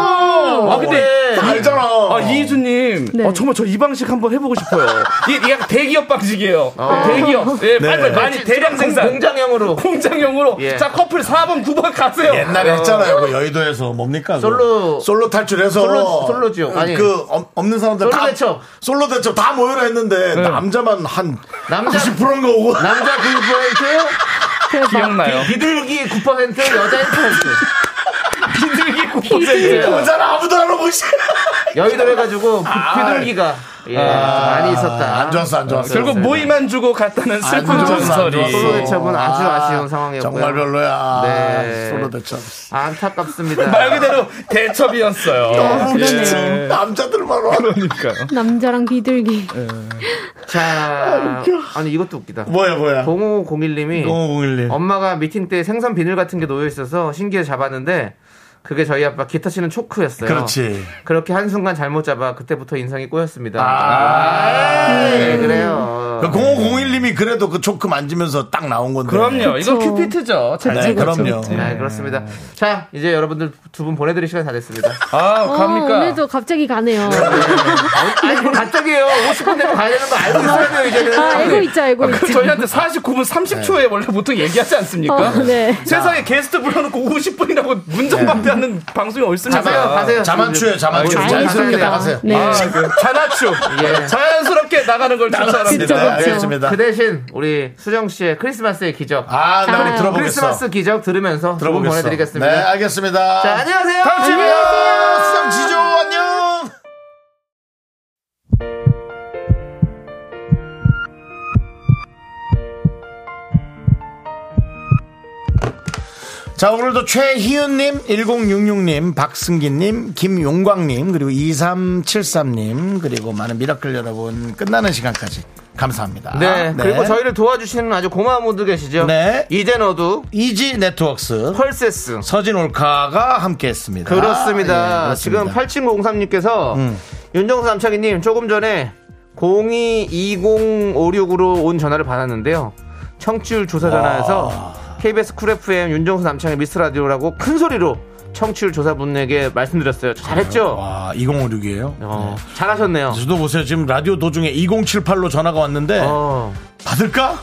K: 아, 근데.
A: 다 알잖아.
K: 아, 이희준님.
I: 네.
K: 아, 정말 저 이 방식 한번 해보고 싶어요. 이게 이게 약간 대기업 방식이에요. 대기업. 예, 빨리,
A: 네.
K: 많이 대량 생산.
B: 공장형으로
K: 공장용으로
B: 예.
K: 자 커플 4번 9번 가세요.
A: 옛날에 했잖아요. 그 여의도에서 뭡니까? 그거?
B: 솔로-
A: 솔로 탈출해서
B: 솔로- 솔로지요. 아니.
A: 그 어- 없는 사람들
B: 솔로
A: 다
B: 대첩.
A: 솔로 대첩 다 모여라 했는데 남자만 한
B: 남자-
A: 90%인 거고
B: 남자 9%
K: 기억나요?
B: 비둘기 9% 여자 1%
K: 비둘기 꽂아요.
A: 여자는 아무도 안 오고 있어.
B: 여의도 해가지고 비- 비둘기가 예, 많이 있었다.
A: 아, 안 좋았어, 안 좋았어.
K: 결국 뭐 모이만 주고 갔다는 아, 네. 슬픈
A: 안 좋았어, 안
K: 전설이.
A: 좋았어.
B: 솔로 대첩은 아주 아쉬운 상황이었고요.
A: 정말 별로야.
B: 네.
A: 솔로 대첩.
K: 말
B: 안타깝습니다.
K: 그대로 대첩이었어요.
A: 진짜 남자들만 와.
K: 그러니까요.
I: 남자랑 비둘기.
B: 자, 아니 이것도 웃기다.
A: 뭐야 어. 뭐야.
B: 0501님이
A: 0501님.
B: 엄마가 미팅 때 생선 비늘 같은 게 놓여 있어서 신기해 잡았는데 그게 저희 아빠 기타 치는 초크였어요.
A: 그렇지.
B: 그렇게 한순간 잘못 잡아 그때부터 인상이 꼬였습니다. 네, 그래요.
A: 0501님이 그래도 그 초크 만지면서 딱 나온 건데.
K: 그럼요. 이건 큐피트죠. 잘
A: 네,
K: 찍었죠.
A: 그럼요.
B: 네, 그렇습니다. 자, 이제 여러분들 두 분 보내드릴 시간 다 됐습니다.
K: 아,
I: 어,
K: 갑니까?
I: 오늘도 갑자기 가네요.
B: 아니, 뭐 갑자기요. 50분 되면 가야 되는 거 알고 있어야 돼요, 이제는.
I: 아, 알고 있죠, 알고
K: 그
I: 있죠.
K: 저희한테 49분 네. 30초에 원래 보통 얘기하지 않습니까?
I: 어, 네.
K: 세상에 게스트 불러놓고 50분이라고 문정방대 가는 방송이 어딨습니까?
A: 자만, 가세요. 자만추예요, 자만추.
K: 아,
A: 자연스럽게
K: 알겠습니다.
A: 나가세요.
K: 네. 아, 그 자나추.
B: 예.
K: 자연스럽게 나가는 걸 추천합니다.
I: 그렇죠.
A: 네, 알겠습니다.
B: 그 대신 우리 수정 씨의 크리스마스의 기적.
A: 아, 나 오늘 들어보겠어.
B: 크리스마스 기적 들으면서 들어보겠
A: 들어보겠어.
B: 보내드리겠습니다.
A: 네, 알겠습니다.
B: 자, 안녕하세요. 네.
A: 다음 주에 봬요. 수정지조, 안녕. 자, 오늘도 최희은님, 1066님, 박승기님, 김용광님, 그리고 2373님, 그리고 많은 미라클 여러분, 끝나는 시간까지 감사합니다.
B: 네, 그리고 저희를 도와주시는 아주 고마운 분들 계시죠.
A: 네.
B: 이제 너도
A: 이지 네트워크스
B: 펄세스.
A: 서진 올카가 함께 했습니다.
B: 아, 예,
A: 예,
B: 그렇습니다. 지금 8703님께서
A: 음.
B: 윤정수 남창희님 조금 전에 022056으로 온 전화를 받았는데요. 청취율 조사 전화에서 KBS 쿨 FM 윤정수 남창희 미스 라디오라고 큰 소리로 청취율 조사분에게 말씀드렸어요. 잘했죠?
A: 와, 2056이에요?
B: 어, 잘하셨네요.
A: 저도 보세요. 지금 라디오 도중에 2078로 전화가 왔는데
B: 어,
A: 받을까?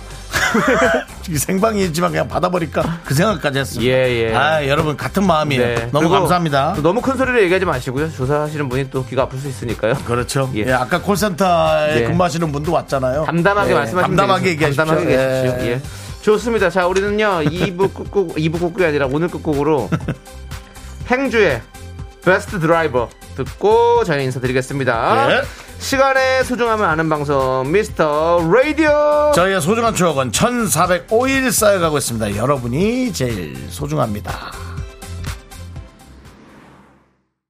A: 이게 생방이지만 그냥 받아버릴까? 그 생각까지 했습니다.
B: 예, 예.
A: 아, 여러분 같은 마음이에요.
B: 네.
A: 너무
B: 그리고
A: 감사합니다.
B: 또 너무 큰 소리로 얘기하지 마시고요. 조사하시는 분이 또 귀가 아플 수 있으니까요.
A: 그렇죠. 예.
B: 예.
A: 아까 콜센터에
B: 예.
A: 근무하시는 분도 왔잖아요.
B: 담담하게
A: 예,
B: 말씀하시면
A: 담담하게
B: 되겠습니다.
A: 얘기하십시오.
B: 담담하게 얘기하십시오.
A: 예.
B: 예. 좋습니다. 자, 우리는요. 2부 끝곡 2부 끝곡이 아니라 오늘 끝곡으로 행주의 베스트 드라이버 듣고 저희 인사드리겠습니다.
A: 예.
B: 시간의 소중함을 아는 방송 미스터 라디오.
A: 저희의 소중한 추억은 1405일 쌓여가고 있습니다. 여러분이 제일 소중합니다.